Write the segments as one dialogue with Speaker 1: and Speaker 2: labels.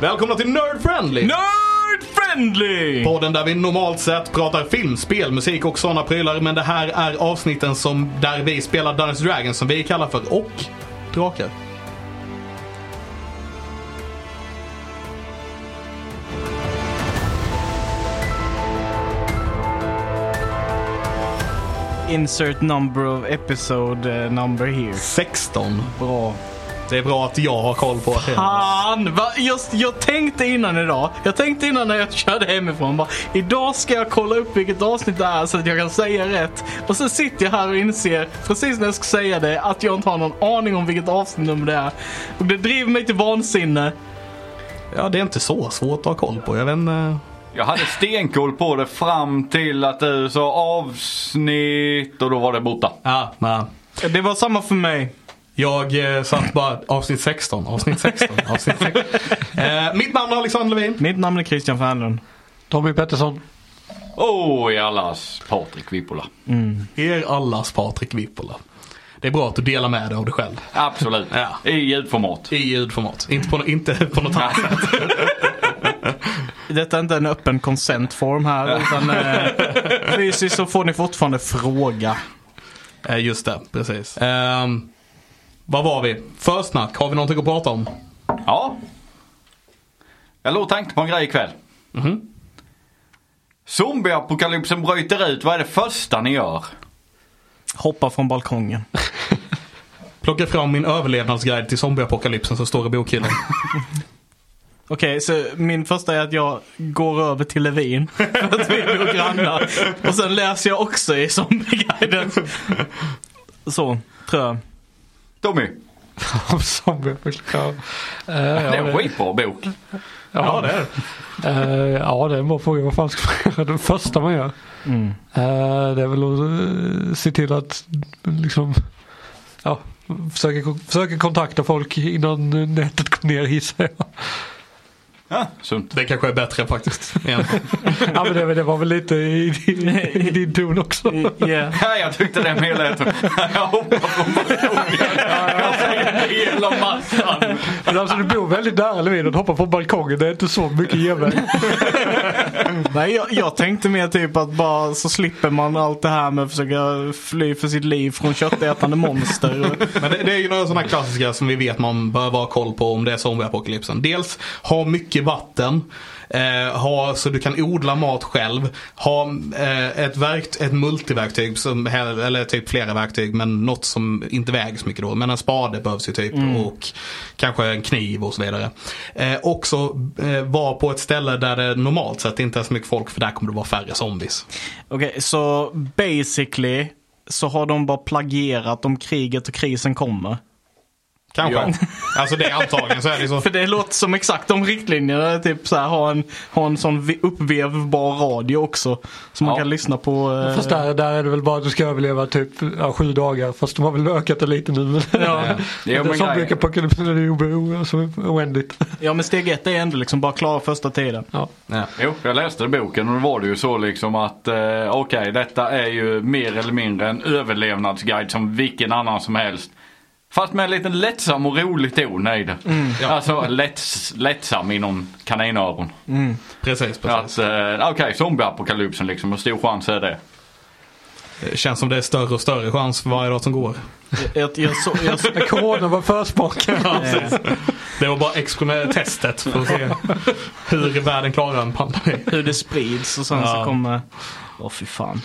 Speaker 1: Välkomna till Nerd Friendly!
Speaker 2: Nerd friendly!
Speaker 1: Podden där vi normalt sett pratar film, spel, musik och sådana prylar. Men det här är avsnitten som, där vi spelar Dungeons Dragons som vi kallar för och drakar.
Speaker 3: Insert number of episode eh, number here.
Speaker 1: 16.
Speaker 3: Bra.
Speaker 1: Det är bra att jag har koll på det.
Speaker 3: Fan! Va? Jag, jag tänkte innan idag. Jag tänkte innan när jag körde hemifrån. Bara, idag ska jag kolla upp vilket avsnitt det är så att jag kan säga rätt. Och sen sitter jag här och inser, precis när jag ska säga det, att jag inte har någon aning om vilket avsnittnummer det är. Och det driver mig till vansinne.
Speaker 1: Ja, det är inte så svårt att ha koll på. Jag vet inte.
Speaker 2: Jag hade stenkoll på det fram till att du sa avsnitt och då var det borta.
Speaker 1: Ja, nej.
Speaker 3: Det var samma för mig.
Speaker 1: Jag eh, satt bara avsnitt 16, avsnitt 16, avsnitt 16. Eh, mitt namn är Alexander Levin.
Speaker 3: Mitt namn är Christian Fernlund.
Speaker 4: Tommy Pettersson.
Speaker 2: Åh, Oh, i allas Patrik Vippola.
Speaker 1: Er allas Patrik Vippola. Det är bra att du delar med dig av dig själv.
Speaker 2: Absolut.
Speaker 1: Ja.
Speaker 2: I ljudformat.
Speaker 1: I ljudformat. Inte på, inte på något annat sätt.
Speaker 3: Detta är inte en öppen consent-form här. Utan, eh, fysiskt så får ni fortfarande fråga.
Speaker 1: Eh, Just det, precis. Ehm, vad var vi? Försnack, har vi någonting att prata om?
Speaker 2: Ja. Jag låg och tänkte på en grej ikväll.
Speaker 1: Mhm.
Speaker 2: Zombieapokalypsen bryter ut. Vad är det första ni gör?
Speaker 3: Hoppa från balkongen.
Speaker 1: Plocka fram min överlevnadsguide till zombieapokalypsen som står i bokhyllan.
Speaker 3: Okej, så min första är att jag går över till Levin. För att vi bor grannar. Och sen läser jag också i Zombieguiden. Så, tror jag.
Speaker 2: Tommy,
Speaker 4: Om zombieapokalypsen. Uh,
Speaker 2: det är en
Speaker 4: ja,
Speaker 2: skitbra bok.
Speaker 4: ja, det är det. ja, det är en bra fråga. Vad fan ska man göra? Det första man gör. Eh, det är väl att eh, se till att liksom, ja, försöka, försöka kontakta folk innan eh, nätet går ner gissar jag.
Speaker 2: Ja, sunt.
Speaker 1: Det kanske är bättre faktiskt. egentligen.
Speaker 4: ja, men det, det var väl lite i, din- i din ton också.
Speaker 3: Yeah.
Speaker 2: Ja, jag tyckte det med lät. Jag hoppar från balkongen. Jag säger del av massan.
Speaker 4: Men alltså du bor väldigt nära Levin och hoppar på balkongen. Det är inte så mycket genväg.
Speaker 3: Nej, jag, jag tänkte mer typ att bara så slipper man allt det här med att försöka fly för sitt liv från köttätande monster. Och,
Speaker 1: Men det, det är ju några sådana klassiska som vi vet man behöver ha koll på om det är zombieapokalypsen. Dels ha mycket vatten. Eh, ha, så du kan odla mat själv. Ha eh, ett, verkt, ett multiverktyg, som, eller typ flera verktyg men något som inte väger så mycket då. Men en spade behövs ju typ och kanske en kniv och så vidare. Eh, också eh, vara på ett ställe där det normalt sett inte är så mycket folk för där kommer det vara färre zombies.
Speaker 3: Okej, så basically så har de bara plagierat om kriget och krisen kommer.
Speaker 1: Kanske.
Speaker 2: Ja.
Speaker 1: Alltså det är antagligen så är det ju så.
Speaker 3: För det låter som exakt de riktlinjerna. Typ så här, ha, en, ha en sån vi- uppvevbar radio också. Som man
Speaker 2: Ja.
Speaker 3: kan lyssna på. eh,
Speaker 4: Fast där, där är det väl bara att du ska överleva typ ja, sju dagar. Fast de har väl ökat det lite nu. Men
Speaker 3: Ja.
Speaker 2: Det är
Speaker 4: det
Speaker 2: men
Speaker 4: är som
Speaker 2: grejen.
Speaker 4: brukar på det är ju obe- alltså, oändligt.
Speaker 3: eh, ja men steg ett är ändå liksom bara klara första tiden.
Speaker 4: Ja.
Speaker 1: Ja.
Speaker 2: Jo, jag läste boken och då var det ju så liksom att eh, okej, detta är ju mer eller mindre en överlevnadsguide som vilken annan som helst. Fast med en liten lättsam och rolig ton i det. Alltså lätts, lättsam inom kaninöron.
Speaker 1: Precis, precis.
Speaker 2: Att eh, okej, zombieapokalypsen liksom, hur stor chans är det?
Speaker 1: Det Eh, känns som det är större och större chans för varje dag som går.
Speaker 3: Jag, jag, så, jag, så,
Speaker 4: Men Corona var försmaken.
Speaker 3: eh,
Speaker 1: Det var bara experiment- testet för att se hur världen klarar en pandemi.
Speaker 3: hur det sprids och sen
Speaker 1: Ja.
Speaker 3: så kommer... Åh fy fan.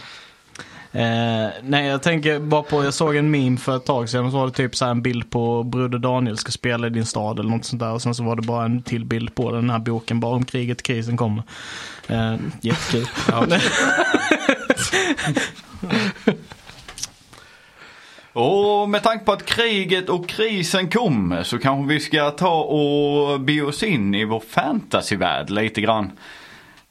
Speaker 3: Eh, nej jag tänker bara på, jag såg en meme för ett tag sedan. Så var det typ så här en bild på Broder Daniel ska spela i din stad eller något sånt där. Och sen så var det bara en till bild på den här boken. Bara om kriget och krisen kommer. Eh, jättekul.
Speaker 2: Och med tanke på att kriget och krisen kommer så kanske vi ska ta och be oss in i vår fantasyvärld lite grann.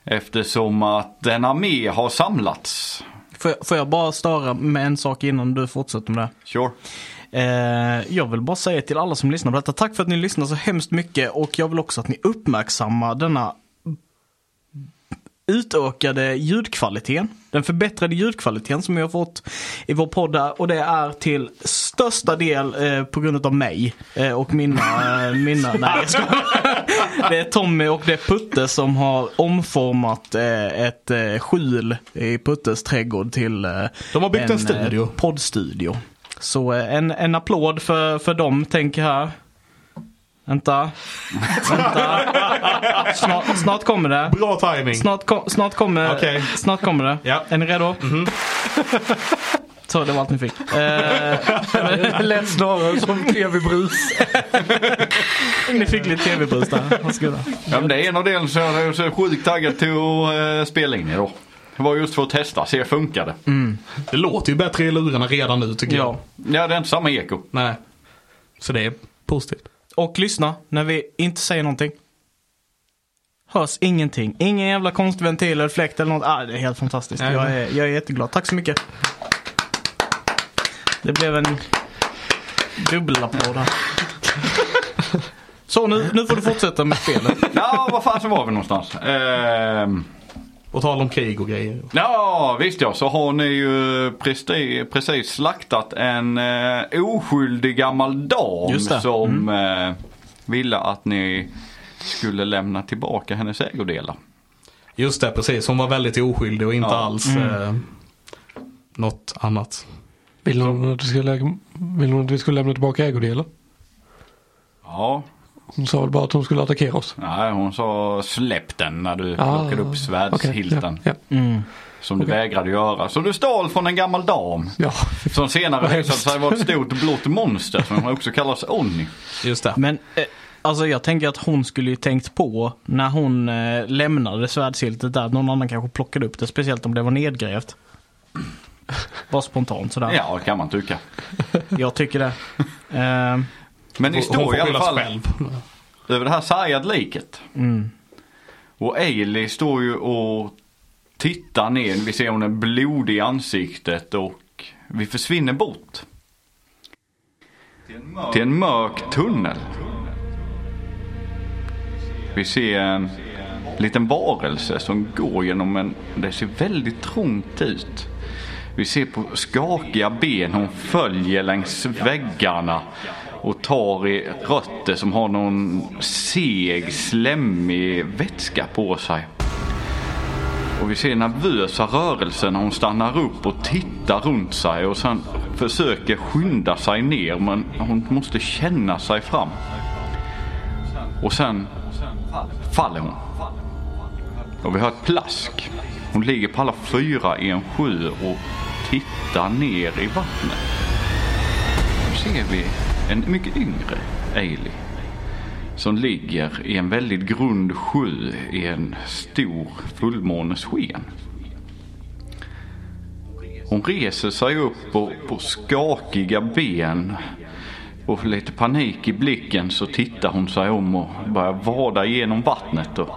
Speaker 2: Eftersom att en armé har samlats.
Speaker 3: Får jag, får jag bara störa med en sak innan du fortsätter med det?
Speaker 2: Sure.
Speaker 3: Eh, jag vill bara säga till alla som lyssnar på detta, tack för att ni lyssnar så hemskt mycket och jag vill också att ni uppmärksammar denna utökade ljudkvaliteten. Den förbättrade ljudkvaliteten som vi har fått i vår podd här, och det är till största del eh, på grund av mig eh, och mina, eh, mina nej jag skojar. Det är Tommy och det är Putte som har omformat eh, ett eh, skjul i Puttes trädgård till eh,
Speaker 1: De har byggt en studio.
Speaker 3: eh, poddstudio. Så eh, en, en applåd för, för dem tänker jag här. Vänta. Vänta. Snart, snart kommer det.
Speaker 1: Bra timing.
Speaker 3: Snart, ko- snart, kommer,
Speaker 1: Okej.
Speaker 3: snart kommer det.
Speaker 1: Ja.
Speaker 3: Är ni redo? Så det var allt ni fick. Eh,
Speaker 4: Det lät snarare som tv-brus.
Speaker 3: ni fick lite tv-brus där. Varsågoda.
Speaker 2: Ja, men det är en av delen så jag är så sjukt taggad till att eh, spela in idag. Det var just för att testa, se funkar det.
Speaker 4: Mm.
Speaker 1: Det låter ju bättre i lurarna redan nu tycker jag.
Speaker 3: Ja.
Speaker 2: Ja, det är inte samma eko.
Speaker 1: Nej. Så det är positivt.
Speaker 3: Och lyssna när vi inte säger någonting. Hörs ingenting. Ingen jävla konstventil eller fläkt eller något. Ah, det är helt fantastiskt.
Speaker 1: Nej.
Speaker 3: Jag är, jag är jätteglad. Tack så mycket. Det blev en dubbelapplåd här. Så nu, nu får du fortsätta med spelet.
Speaker 2: Ja, vad fan så var vi någonstans? Ehm,
Speaker 1: Och tala om krig och grejer.
Speaker 2: ja, visst ja, så har ni ju presti- precis slaktat en eh, oskyldig gammal dam
Speaker 3: Just det.
Speaker 2: som
Speaker 4: Mm.
Speaker 2: eh, ville att ni skulle lämna tillbaka hennes ägodelar.
Speaker 1: Just det, precis. Hon var väldigt oskyldig och inte
Speaker 2: Ja. Mm.
Speaker 1: alls eh, något annat.
Speaker 4: Vill hon att vi ska lägga- vill hon att vi skulle lämna tillbaka ägodelar?
Speaker 2: Ja,
Speaker 4: Hon sa väl bara att hon skulle attackera oss.
Speaker 2: nej, hon sa släpp den när du
Speaker 4: Ah,
Speaker 2: plockade upp
Speaker 4: okej,
Speaker 2: svärdshilten.
Speaker 4: ja, ja.
Speaker 3: Mm.
Speaker 2: Som du
Speaker 4: Okej.
Speaker 2: vägrade göra. Så du stal från en gammal dam.
Speaker 4: ja.
Speaker 2: Som senare
Speaker 4: Vad
Speaker 2: visade
Speaker 4: hemskt.
Speaker 2: sig vara ett stort blått monster som också kallas Onni.
Speaker 1: Just det.
Speaker 3: Men eh, alltså jag tänker att hon skulle ju tänkt på när hon eh, lämnade svärdsiltet där att någon annan kanske plockade upp det. Speciellt om det var nedgrävt. Bara spontant sådär.
Speaker 2: Ja, kan man tycka.
Speaker 3: Jag tycker det. Ehm,
Speaker 2: Men ni
Speaker 1: Hon- hon
Speaker 2: står
Speaker 1: får
Speaker 2: i alla
Speaker 1: skylla sig
Speaker 2: fall
Speaker 1: själv. Mm.
Speaker 2: över det här sargade liket. Och Ailey står ju och tittar ner. Vi ser hon är blodig i ansiktet och vi försvinner bort. Till en mörk tunnel. Vi ser en liten varelse som går genom en... Det ser väldigt trångt ut. Vi ser på skakiga ben hon följer längs väggarna och tar i rötter som har någon seg, slemmig vätska på sig. Och vi ser nervösa rörelser när hon stannar upp och tittar runt sig och sen försöker skynda sig ner men hon måste känna sig fram. Och sen faller hon. Och vi hör ett plask. Hon ligger på alla fyra i en sjö och tittar ner i vattnet. Nu ser vi en mycket yngre Ailey som ligger i en väldigt grund sjö i en stor fullmånes sken. Hon reser sig upp och på skakiga ben och lite panik i blicken så tittar hon sig om och börjar vada genom vattnet. Och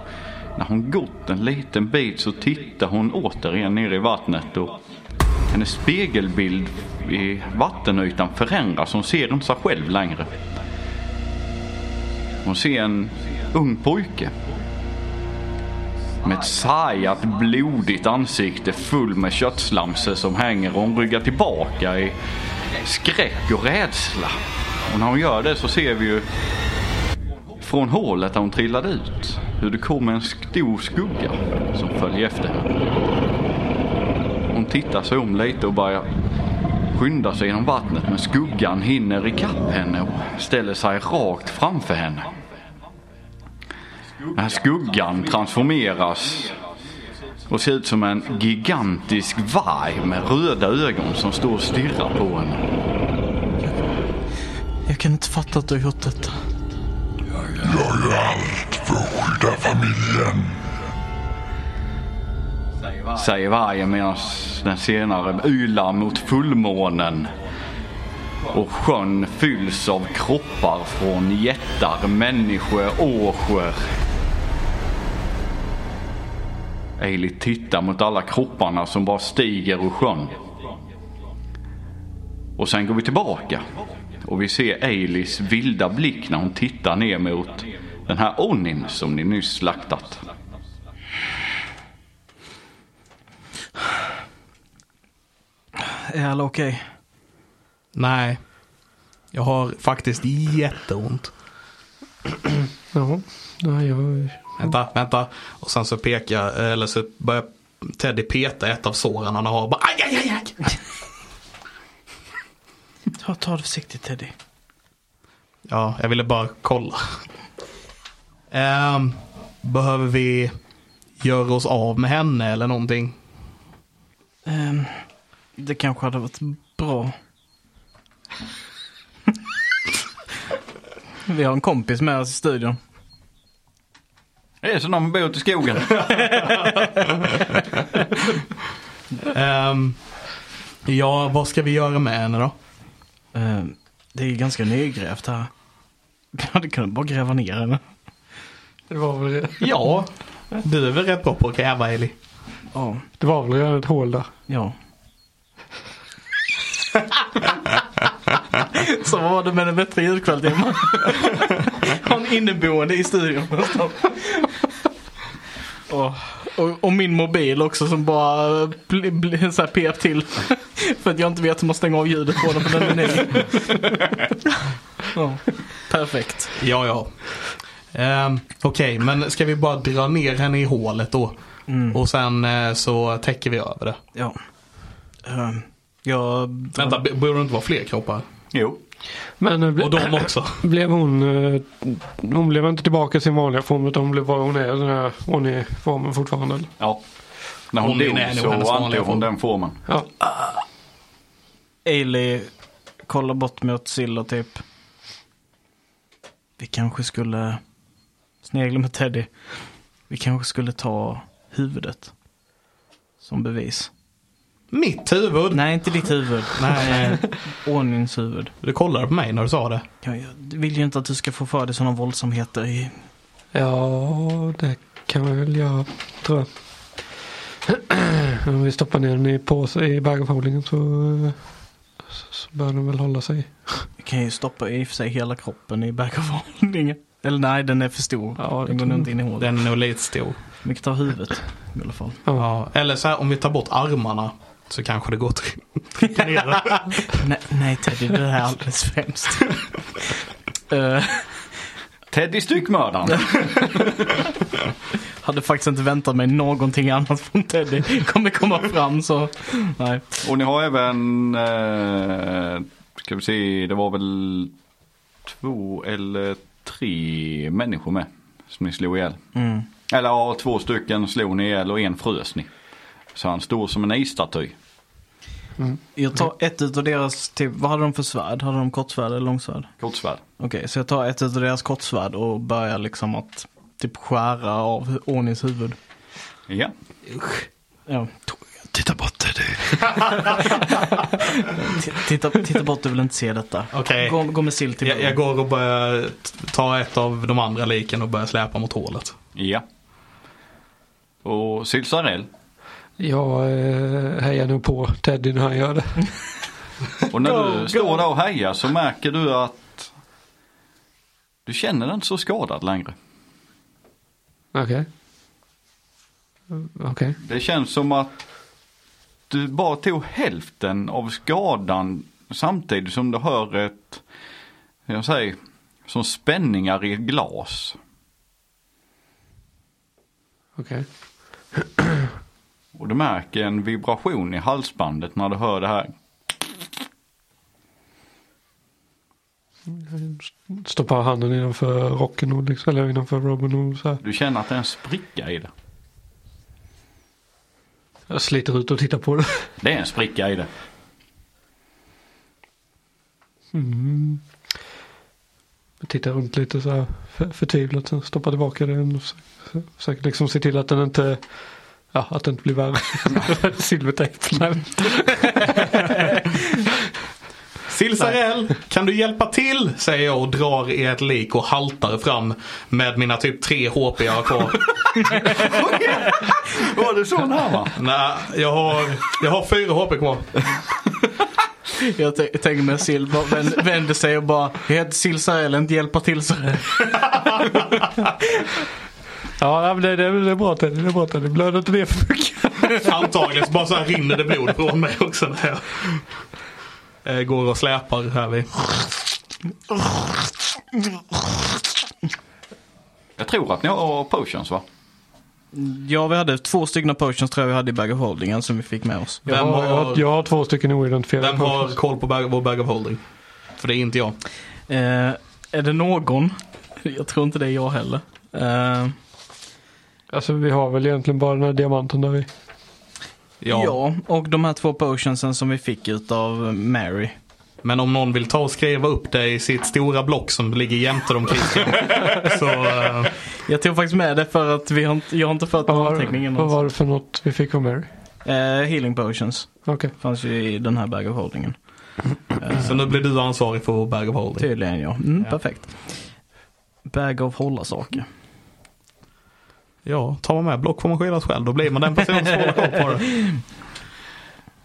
Speaker 2: när hon gått en liten bit så tittar hon återigen ner i vattnet och hennes spegelbild i vattenytan förändras. Hon ser inte sig själv längre. Hon ser en ung pojke. Med ett sargat, blodigt ansikte full med köttslamser som hänger och hon ryggar tillbaka i skräck och rädsla. Och när hon gör det så ser vi ju från hålet där hon trillade ut hur det kommer en stor skugga som följer efter henne. Hon tittar sig om lite och börjar skyndar sig genom vattnet men skuggan hinner ikapp henne och ställer sig rakt framför henne. Den här skuggan transformeras och ser ut som en gigantisk varg med röda ögon som står och stirrar på henne.
Speaker 3: jag kan inte fatta att du har gjort detta.
Speaker 2: Säger vargen medan den senare ylar mot fullmånen. Och sjön fylls av kroppar från jättar, människor, åsjör. Ailey tittar mot alla kropparna som bara stiger ur sjön. Och sen går vi tillbaka. Och vi ser Aileys vilda blick när hon tittar ner mot den här Onin som ni nyss slaktat.
Speaker 3: Är alla okej?
Speaker 1: Nej. Jag har faktiskt jätteont.
Speaker 4: Ja, nej, jag...
Speaker 1: Vänta, vänta. Och sen så pekar, eller så börjar Teddy peta ett av såren han har. Bara, aj, aj, aj, aj.
Speaker 3: Ta, ta det försiktigt Teddy.
Speaker 1: Ja, jag ville bara kolla. Ehm, behöver vi göra oss av med henne eller någonting?
Speaker 3: Ehm, det kanske hade varit bra. Vi har en kompis med oss i studion.
Speaker 2: Det är som när man bor ute i skogen.
Speaker 1: Ehm, ja, vad ska vi göra med henne då?
Speaker 3: Ehm, det är ganska nygrävt här. Vi hade kunnat bara gräva ner henne.
Speaker 4: Det var väl det.
Speaker 1: Ja, du är väl rätt bra på att gräva Eli?
Speaker 3: Ja,
Speaker 4: Det var väl redan ett hål där.
Speaker 3: ja. Så var det med den bättre ljudkvaliteten. Han inneboende i studion. Och, och, och min mobil också som bara bli, bli, så här pep till. För att jag inte vet hur man stänger av ljudet på den för den är ny. Ja, perfekt.
Speaker 1: Ja, ja. Ehm, Okej, men ska vi bara dra ner henne i hålet då? Och sen eh, så täcker vi över det.
Speaker 3: Ja. Ehm, jag...
Speaker 1: Vänta, b- borde det inte vara fler kroppar?
Speaker 2: Jo.
Speaker 4: Men eh, ble,
Speaker 1: Och de också?
Speaker 4: blev hon... eh, Hon blev inte tillbaka i sin vanliga form utan hon blev vad hon är. Den här Ronny-formen fortfarande. eller?
Speaker 2: Ja. När hon,
Speaker 1: Hon är nog
Speaker 2: dog
Speaker 1: hennes
Speaker 2: så
Speaker 1: vanliga
Speaker 2: antog
Speaker 1: form.
Speaker 2: hon den formen.
Speaker 4: Ja.
Speaker 3: Ailey kollar bort mot Silla typ. Vi kanske skulle snegla mot Teddy. Vi kanske skulle ta huvudet. Som bevis.
Speaker 1: Mitt huvud?
Speaker 3: Nej, inte ditt huvud.
Speaker 1: Nej.
Speaker 3: Ordnings huvud.
Speaker 1: Du kollade på mig när du sa det.
Speaker 3: Jag, jag vill ju inte att du ska få för dig sådana våldsamheter i...
Speaker 4: Ja, det kan jag väl göra tror jag. Om vi stoppar ner den i påse i bagageavlingen så, eh, så, så bör den väl hålla sig.
Speaker 3: Jag kan ju stoppa i och för sig hela kroppen i bergavhållningen. Eller nej, den är för stor.
Speaker 4: Ja, det
Speaker 3: den går
Speaker 4: tror
Speaker 3: nog inte in i hålet.
Speaker 1: Den är nog lite stor.
Speaker 3: Vi kan ta huvudet i alla fall.
Speaker 4: Ja.
Speaker 1: Ja, eller så här, om vi tar bort armarna så kanske det går att trycka ner det.
Speaker 3: Nej, nej Teddy, det här är alldeles för hemskt. Eh,
Speaker 2: Teddy Styckmördaren.
Speaker 3: Hade faktiskt inte väntat mig någonting annat från Teddy. Kommer komma fram så. Nej.
Speaker 2: Och ni har även, eh, ska vi se, det var väl två eller tre människor med som ni slog ihjäl. Eller ja, två stycken slog ni ihjäl och en frös ni. Så han stod som en isstaty.
Speaker 3: Jag tar ett utav deras, typ, vad hade de för svärd? Hade de kortsvärd eller långsvärd?
Speaker 2: Kortsvärd.
Speaker 3: Okej, så jag tar ett utav deras kortsvärd och börjar liksom att typ skära av Onis huvud.
Speaker 2: Ja.
Speaker 3: Ja. Titta bort Teddy. T- titta, titta bort, du vill inte se detta.
Speaker 1: Okej.
Speaker 3: Gå, gå med sill till
Speaker 1: Jag, jag går och börjar t- ta ett av de andra liken och börjar släpa mot hålet.
Speaker 2: Ja. Och Sylsarell.
Speaker 4: Jag eh, hejar nog på Teddy när han gör det.
Speaker 2: Och när du står där och hejar så märker du att du känner dig inte så skadad längre.
Speaker 4: Okej. Mm, Okej.
Speaker 2: Det känns som att du bara tog hälften av skadan samtidigt som du hör ett, hur jag säger, som spänningar i ett glas.
Speaker 4: Okej.
Speaker 2: Och du märker en vibration i halsbandet när du hör det här.
Speaker 4: Stoppar handen innanför rocken och liksom, eller innanför Robin och så här.
Speaker 2: Du känner att det är en spricka i det.
Speaker 4: Jag sliter ut och tittar på det.
Speaker 2: Det är en spricka i det.
Speaker 4: Jag tittar runt lite så här för- förtvivlat. Sen stoppar tillbaka den och försöker- försöker liksom se till att den inte, ja, att den inte blir värre. Silvertejp. Nej.
Speaker 1: Silsarell, kan du hjälpa till? Säger jag och drar i ett lik och haltar fram med mina typ tre HP jag har kvar.
Speaker 2: Var det så nära?
Speaker 1: Nej, jag har, jag har fyra HP kvar.
Speaker 3: Jag t- tänker mig att Sill bara vänd, vänder sig och bara, jag heter Sill Sarell, inte hjälpa till Sarell.
Speaker 4: Ja, nej, men det, det, det är bra Teddy. Det är bra Teddy. Blöder inte ner för mycket.
Speaker 1: Antagligen så bara så här rinner det blod från mig också. När jag eh, går och släpar här vid.
Speaker 2: Jag tror att ni har potions va?
Speaker 3: Ja, vi hade två stycken potions tror jag vi hade i bag of holdingen som vi fick med oss.
Speaker 4: Jag
Speaker 1: Vem
Speaker 4: har, jag, har,
Speaker 1: har,
Speaker 4: jag har två stycken oidentifierade
Speaker 1: vem har
Speaker 4: potions.
Speaker 1: koll på bag, vår bag of holding? För det är inte jag.
Speaker 3: Eh, är det någon? Jag tror inte det är jag heller. Eh,
Speaker 4: Alltså vi har väl egentligen bara den här diamanten där i.
Speaker 1: Ja.
Speaker 3: ja, och de här två potionsen som vi fick utav Mary.
Speaker 1: Men om någon vill ta och skriva upp det i sitt stora block som ligger jämte dem Christian. så eh,
Speaker 3: Jag tog faktiskt med det för att vi har inte, jag har inte fört
Speaker 4: Vad
Speaker 3: någon
Speaker 4: var,
Speaker 3: anteckning
Speaker 4: vad var
Speaker 3: alltså.
Speaker 4: det för något vi fick av Mary?
Speaker 3: eh, Healing potions
Speaker 4: Okej.
Speaker 3: fanns ju i den här bag of holdingen.
Speaker 1: Så nu blir du ansvarig för vår bag of
Speaker 4: Typ.
Speaker 1: holding.
Speaker 3: Tydligen ja. Mm,
Speaker 1: Ja.
Speaker 3: Perfekt. Bag of hålla saker.
Speaker 1: Ja, tar man med block får man skyddas själv. Då blir man den personen som håller koll på det.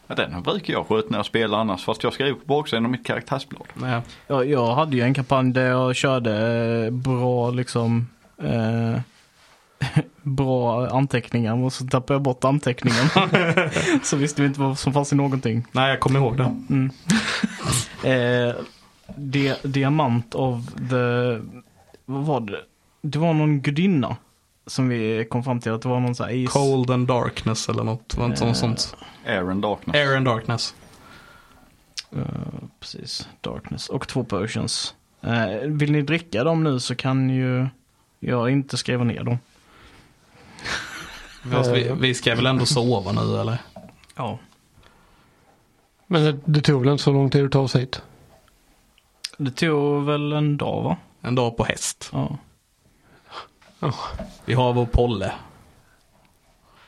Speaker 2: Ja, den här brukar jag sköta när jag spelar annars fast jag skriver på baksidan av mitt karaktärsblad.
Speaker 1: Nej.
Speaker 3: Jag, jag hade ju en kampanj där jag körde eh, bra liksom eh, bra anteckningar och så tappade jag bort anteckningarna. så visste vi inte vad som fanns i någonting.
Speaker 1: Nej, jag kommer ihåg det.
Speaker 3: Mm. eh, di- diamant of the, vad var det? Det var någon gudinna som vi kom fram till att det var någon sån här is.
Speaker 1: Cold and darkness eller något, var inte
Speaker 3: Eh.
Speaker 1: något sånt.
Speaker 2: Air and darkness.
Speaker 1: Air and darkness.
Speaker 3: Eh, precis, darkness och två potions. Eh, vill ni dricka dem nu så kan ju jag inte skriva ner dem.
Speaker 1: Fast vi,
Speaker 4: Eh.
Speaker 1: vi ska väl ändå sova nu eller?
Speaker 3: Ja.
Speaker 4: Men det, det tog väl inte så lång tid att ta oss hit?
Speaker 3: Det tog väl en dag va?
Speaker 1: En dag på häst.
Speaker 3: Ja.
Speaker 1: Vi har vår Polle.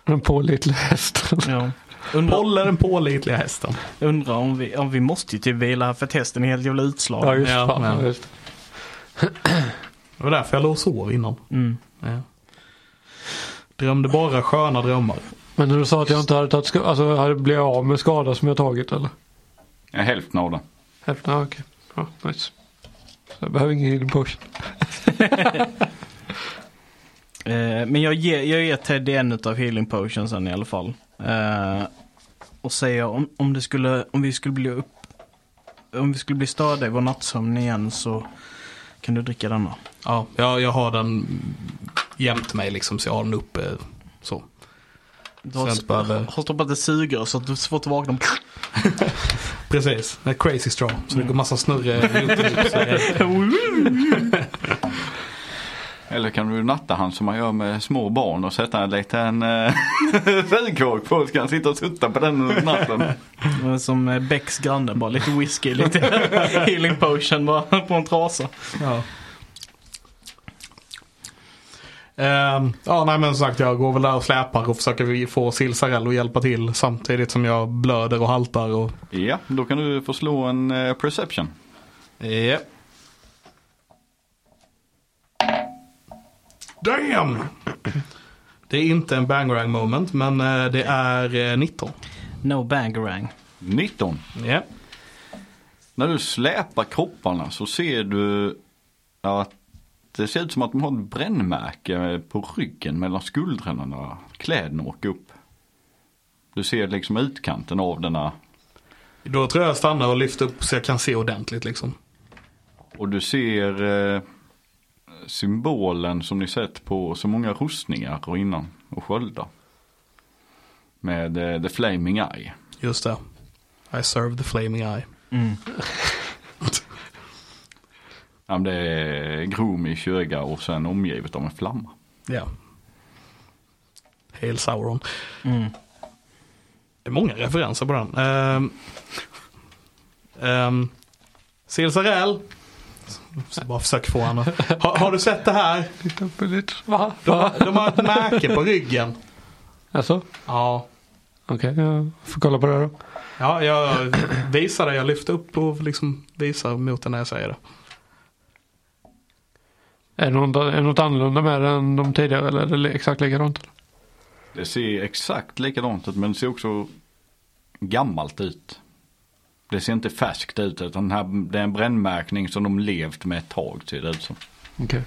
Speaker 4: Den pålitliga hästen.
Speaker 3: ja. Undrar
Speaker 1: Polle är den pålitliga hästen.
Speaker 3: undra om vi, om vi måste ju typ vila här för testen är helt jävla
Speaker 4: Ja
Speaker 3: utslagen.
Speaker 4: just
Speaker 1: Ja,
Speaker 4: ja, fan,
Speaker 1: men-
Speaker 4: ja. Just.
Speaker 1: Det var därför jag låg och sov innan.
Speaker 3: Mm.
Speaker 1: Ja. Drömde bara sköna drömmar.
Speaker 4: Men när du sa att jag inte hade tagit skada, alltså hade blivit av med skada som jag tagit eller?
Speaker 2: Ja, hälften av den.
Speaker 4: Hälften, ja okej. Ja, nice. Så jag behöver ingen healing potion.
Speaker 3: Eh, men jag ger, jag ger Teddy en utav healing potionsen i alla fall. Eh, och säger om, om, det skulle, om vi skulle bli upp, om vi skulle bli störda i vår nattsömn igen så kan du dricka denna.
Speaker 1: Ja, jag, jag har den jämte mig liksom så jag har den uppe så.
Speaker 3: Du har,
Speaker 1: Sen
Speaker 3: s-
Speaker 1: behöver-
Speaker 3: har stoppat ett sugrör så att du så fort du vaknar
Speaker 1: Precis, Mm. det är crazy straw. Så det går massa snurre runt och upp, så det-
Speaker 2: Eller kan du natta han som man gör med små barn och sätta en liten eh, sugkork på så kan han sitta och tutta på den under natten.
Speaker 3: Men Som eh, Becks granne bara, lite whisky, lite healing potion bara på en trasa.
Speaker 1: ja. Ehm, ja, nej men som sagt jag går väl där och släpar och försöker vi få Silsarell att hjälpa till samtidigt som jag blöder och haltar och...
Speaker 2: Ja, då kan du få slå en eh, perception.
Speaker 1: Yep. Damn! Det är inte en bangarang moment men eh, det är eh, 19.
Speaker 3: No bangarang.
Speaker 2: 19.
Speaker 1: Yep.
Speaker 2: När du släpar kropparna så ser du att det ser ut som att de har ett brännmärke på ryggen mellan skuldrorna när kläderna åker upp. Du ser liksom utkanten av denna
Speaker 1: Då tror jag jag stannar och lyfter upp så jag kan se ordentligt liksom.
Speaker 2: och du ser eh, symbolen som ni sett på så många rustningar och innan och sköldar. Med eh, the flaming eye.
Speaker 1: Just det. I serve the flaming eye.
Speaker 3: Mm.
Speaker 2: Ja, men det är grom i köga och sen omgivet av en flamma.
Speaker 1: Ja. Hail Sauron.
Speaker 3: Mm.
Speaker 1: Det är många referenser på den. Um, um, Silsarell. Så Bara försök få henne. Har, har du sett det här?
Speaker 4: Lite upp och lite. Va?
Speaker 1: De,
Speaker 4: Va?
Speaker 1: har- de har ett märke på ryggen.
Speaker 4: Alltså?
Speaker 1: Ja.
Speaker 4: Okej, jag får kolla på det här då.
Speaker 1: Ja, jag visar det. Jag lyfter upp och liksom visar mot den när jag säger det.
Speaker 4: Är det något, är det något annorlunda med det än de tidigare eller är det exakt likadant?
Speaker 2: Det ser exakt likadant ut men det ser också gammalt ut. Det ser inte färskt ut utan den här, det är en brännmärkning som de levt med ett tag ser det ut som.
Speaker 4: Okej.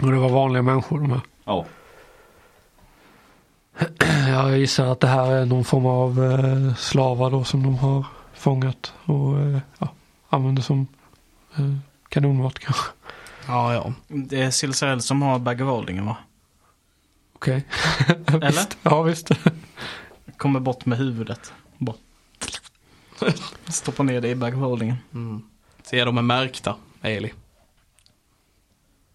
Speaker 4: Och det var vanliga människor de här?
Speaker 2: Ja,
Speaker 4: Ja, Jag gissar att det här är någon form av eh, slavar då som de har fångat och eh, ja, använder som eh, kanonmat kanske.
Speaker 1: Ja, ja.
Speaker 3: Det är Silsarell som har Bag of Holdingen va?
Speaker 4: Okej.
Speaker 3: Eller?
Speaker 4: visst. Ja visst.
Speaker 3: Kommer bort med huvudet. Bara. Stoppar ner det i Bag of Holdingen.
Speaker 1: Se, de är märkta, Eli.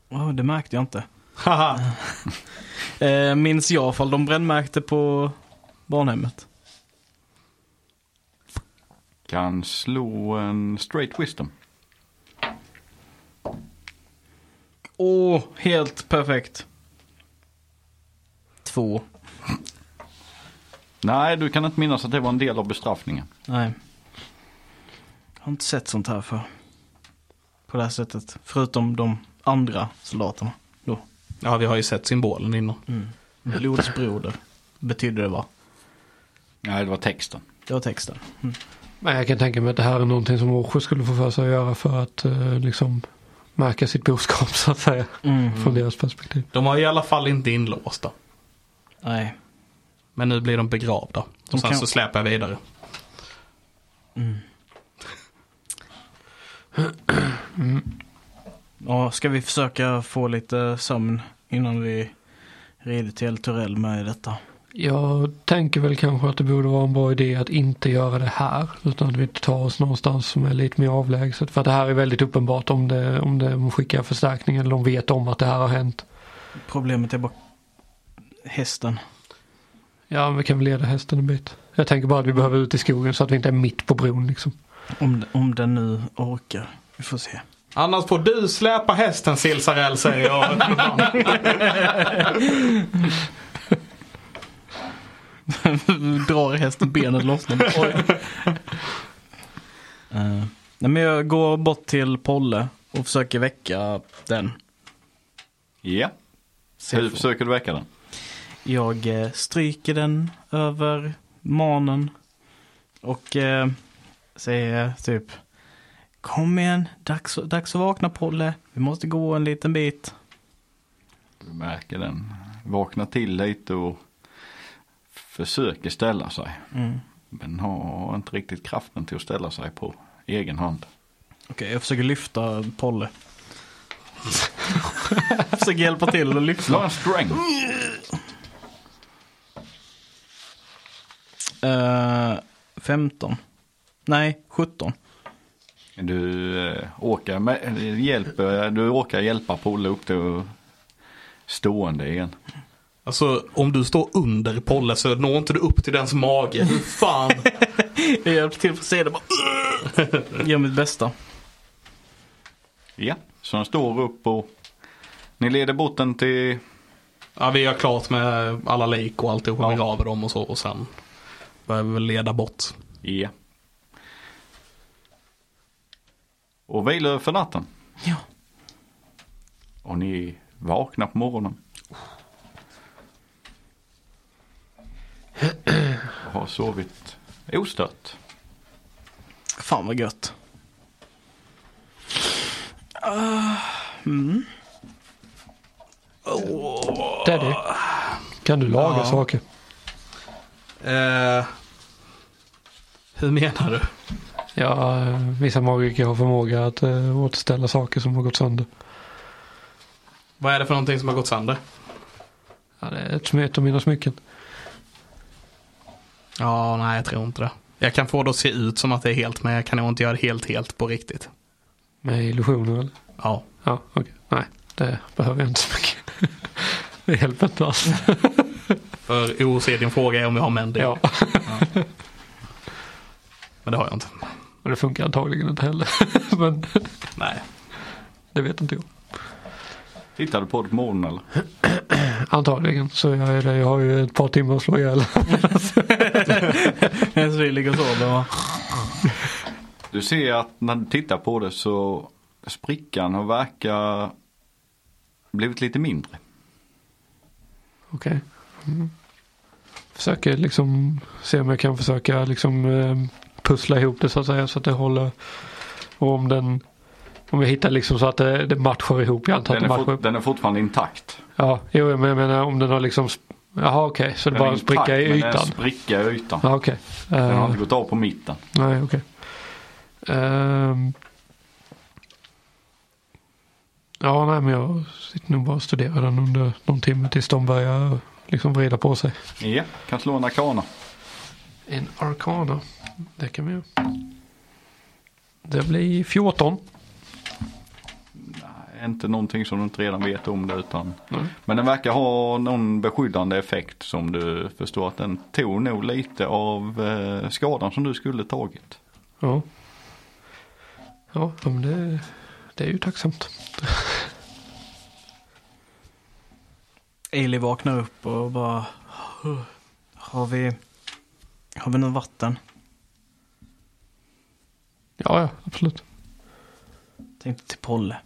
Speaker 3: Åh, det märkte jag inte.
Speaker 1: Haha.
Speaker 3: Eh, minns jag ifall de brännmärkte på barnhemmet.
Speaker 2: Kan slå en straight wisdom.
Speaker 3: Åh, helt perfekt. Två.
Speaker 2: Nej, du kan inte minnas att det var en del av bestraffningen.
Speaker 3: Nej. Jag har inte sett sånt här för På det här sättet. Förutom de andra soldaterna. Då.
Speaker 1: Ja, vi har ju sett symbolen innan.
Speaker 3: Blodsbroder. Betydde det va?
Speaker 2: Nej, det var texten.
Speaker 3: Det var texten.
Speaker 4: Men jag kan tänka mig att det här är någonting som Osho skulle få för sig att göra för att eh, liksom märka sitt boskap så att säga. Från deras perspektiv.
Speaker 1: De var i alla fall inte inlåsta.
Speaker 3: Nej.
Speaker 1: Men nu blir de begravda.
Speaker 3: De
Speaker 1: Och sen
Speaker 3: kan-
Speaker 1: så släpar jag vidare.
Speaker 3: Mm. Ja, ska vi försöka få lite sömn innan vi rider till El Torell med detta?
Speaker 4: Jag tänker väl kanske att det borde vara en bra idé att inte göra det här. Utan att vi tar oss någonstans som är lite mer avlägset. För att det här är väldigt uppenbart om, det, om det, de skickar förstärkning eller de vet om att det här har hänt.
Speaker 3: Problemet är bara hästen.
Speaker 4: Ja, men vi kan väl leda hästen en bit. Jag tänker bara att vi behöver ut i skogen så att vi inte är mitt på bron liksom.
Speaker 3: Om, om den nu orkar. Vi får se.
Speaker 1: Annars får du släpa hästen Silsarell säger jag.
Speaker 3: Drar hästen benet lossnar. Eh, nej men jag går bort till Polle och försöker väcka den.
Speaker 2: Ja.
Speaker 3: Se
Speaker 2: Hur
Speaker 3: på-
Speaker 2: försöker du väcka den?
Speaker 3: Jag eh, stryker den över manen. Och eh, säger typ Kom igen, dags, dags att vakna Polle. Vi måste gå en liten bit.
Speaker 2: Du märker den. Vaknar till lite och försöker ställa sig. Men har inte riktigt kraften till att ställa sig på egen hand.
Speaker 3: Okej, jag försöker lyfta Polle. jag försöker hjälpa till och lyfta.
Speaker 2: Slå en strength.
Speaker 3: Eh, 15. Nej, 17.
Speaker 2: Du, eh, åker med, eh, hjälper, du åker hjälpa Polle upp till stående igen.
Speaker 1: alltså om du står under Polle så når inte du upp till dens mage. Hur fan?
Speaker 3: Jag hjälper till för att se det bara. Gör mitt bästa.
Speaker 2: Ja, så han står upp och ni leder bort den till,
Speaker 1: Ja, vi gör klart med alla lik och alltihop. Vi graver dem och så och sen börjar vi väl leda bort.
Speaker 2: ja. Och vilar för natten.
Speaker 3: Ja.
Speaker 2: Och ni vaknar på morgonen. Och har sovit ostört.
Speaker 3: Fan vad gött.
Speaker 4: Daddy, kan du laga saker?
Speaker 1: Eh, hur menar du?
Speaker 4: Ja, eh, vissa magiker har förmåga att eh, återställa saker som har gått sönder.
Speaker 1: Vad är det för någonting som har gått sönder?
Speaker 4: Ja, det är ett smet av mina smycken.
Speaker 1: Ja, nej jag tror inte det. Jag kan få det att se ut som att det är helt men jag kan nog inte göra det helt helt på riktigt.
Speaker 4: Med illusioner eller?
Speaker 1: Ja.
Speaker 4: Ja, okej. Nej, det behöver jag inte så mycket. det hjälper inte alls.
Speaker 1: För OC, din fråga är om jag har mending.
Speaker 4: Ja,
Speaker 1: Men det har jag inte.
Speaker 4: men det funkar antagligen inte heller. men
Speaker 1: Nej.
Speaker 4: det vet inte jag.
Speaker 2: Tittar du på det på morgonen eller?
Speaker 4: Antagligen, så jag, är det. jag har ju ett par timmar att slå ihjäl.
Speaker 3: Jag så vi ligger och sover. va?
Speaker 2: Du ser att när du tittar på det så sprickan har verkar blivit lite mindre.
Speaker 4: Okej. Mm. Försöker liksom se om jag kan försöka liksom eh, pussla ihop det så att säga så att det håller. Och om den om jag hittar liksom så att det, det matchar ihop. Jag antar att
Speaker 2: Den
Speaker 4: det
Speaker 2: är,
Speaker 4: matchar
Speaker 2: fort,
Speaker 4: upp.
Speaker 2: den är fortfarande intakt.
Speaker 4: Ja, jo, men jag menar om den har liksom sp- Jaha okej, så det
Speaker 2: Den
Speaker 4: är
Speaker 2: är
Speaker 4: bara en spricka i
Speaker 2: intakt, men det är
Speaker 4: ytan?
Speaker 2: En spricka i ytan.
Speaker 4: Ja okej. Eh,
Speaker 2: Den har inte gått av på mitten.
Speaker 4: nej okej. Ehm. ja nej men jag sitter nog bara och studerar den under någon timme tills de börjar liksom vrida på sig.
Speaker 2: Ja, kan slå en arkana.
Speaker 4: En arkana. Det kan vi göra. Det blir 14.
Speaker 2: Inte någonting som du inte redan vet om det utan. Men den verkar ha någon beskyddande effekt som du förstår att den tog nog lite av eh, skadan som du skulle tagit.
Speaker 4: Ja. Ja, ja, men det, det är ju tacksamt.
Speaker 3: Eli vaknar upp och bara... Har vi... Har vi något vatten?
Speaker 4: Ja, ja, absolut.
Speaker 3: Tänkte till Polle.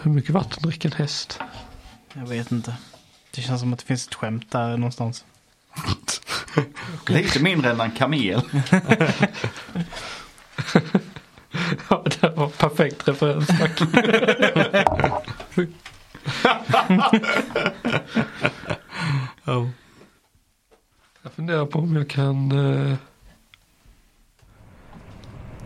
Speaker 4: Hur mycket vatten dricker en häst?
Speaker 3: Jag vet inte. Det känns som att det finns ett skämt där någonstans.
Speaker 2: Lite mindre än en kamel.
Speaker 4: Ja, det var perfekt referens. Tack.
Speaker 1: Ja.
Speaker 4: Jag funderar på om jag kan eh,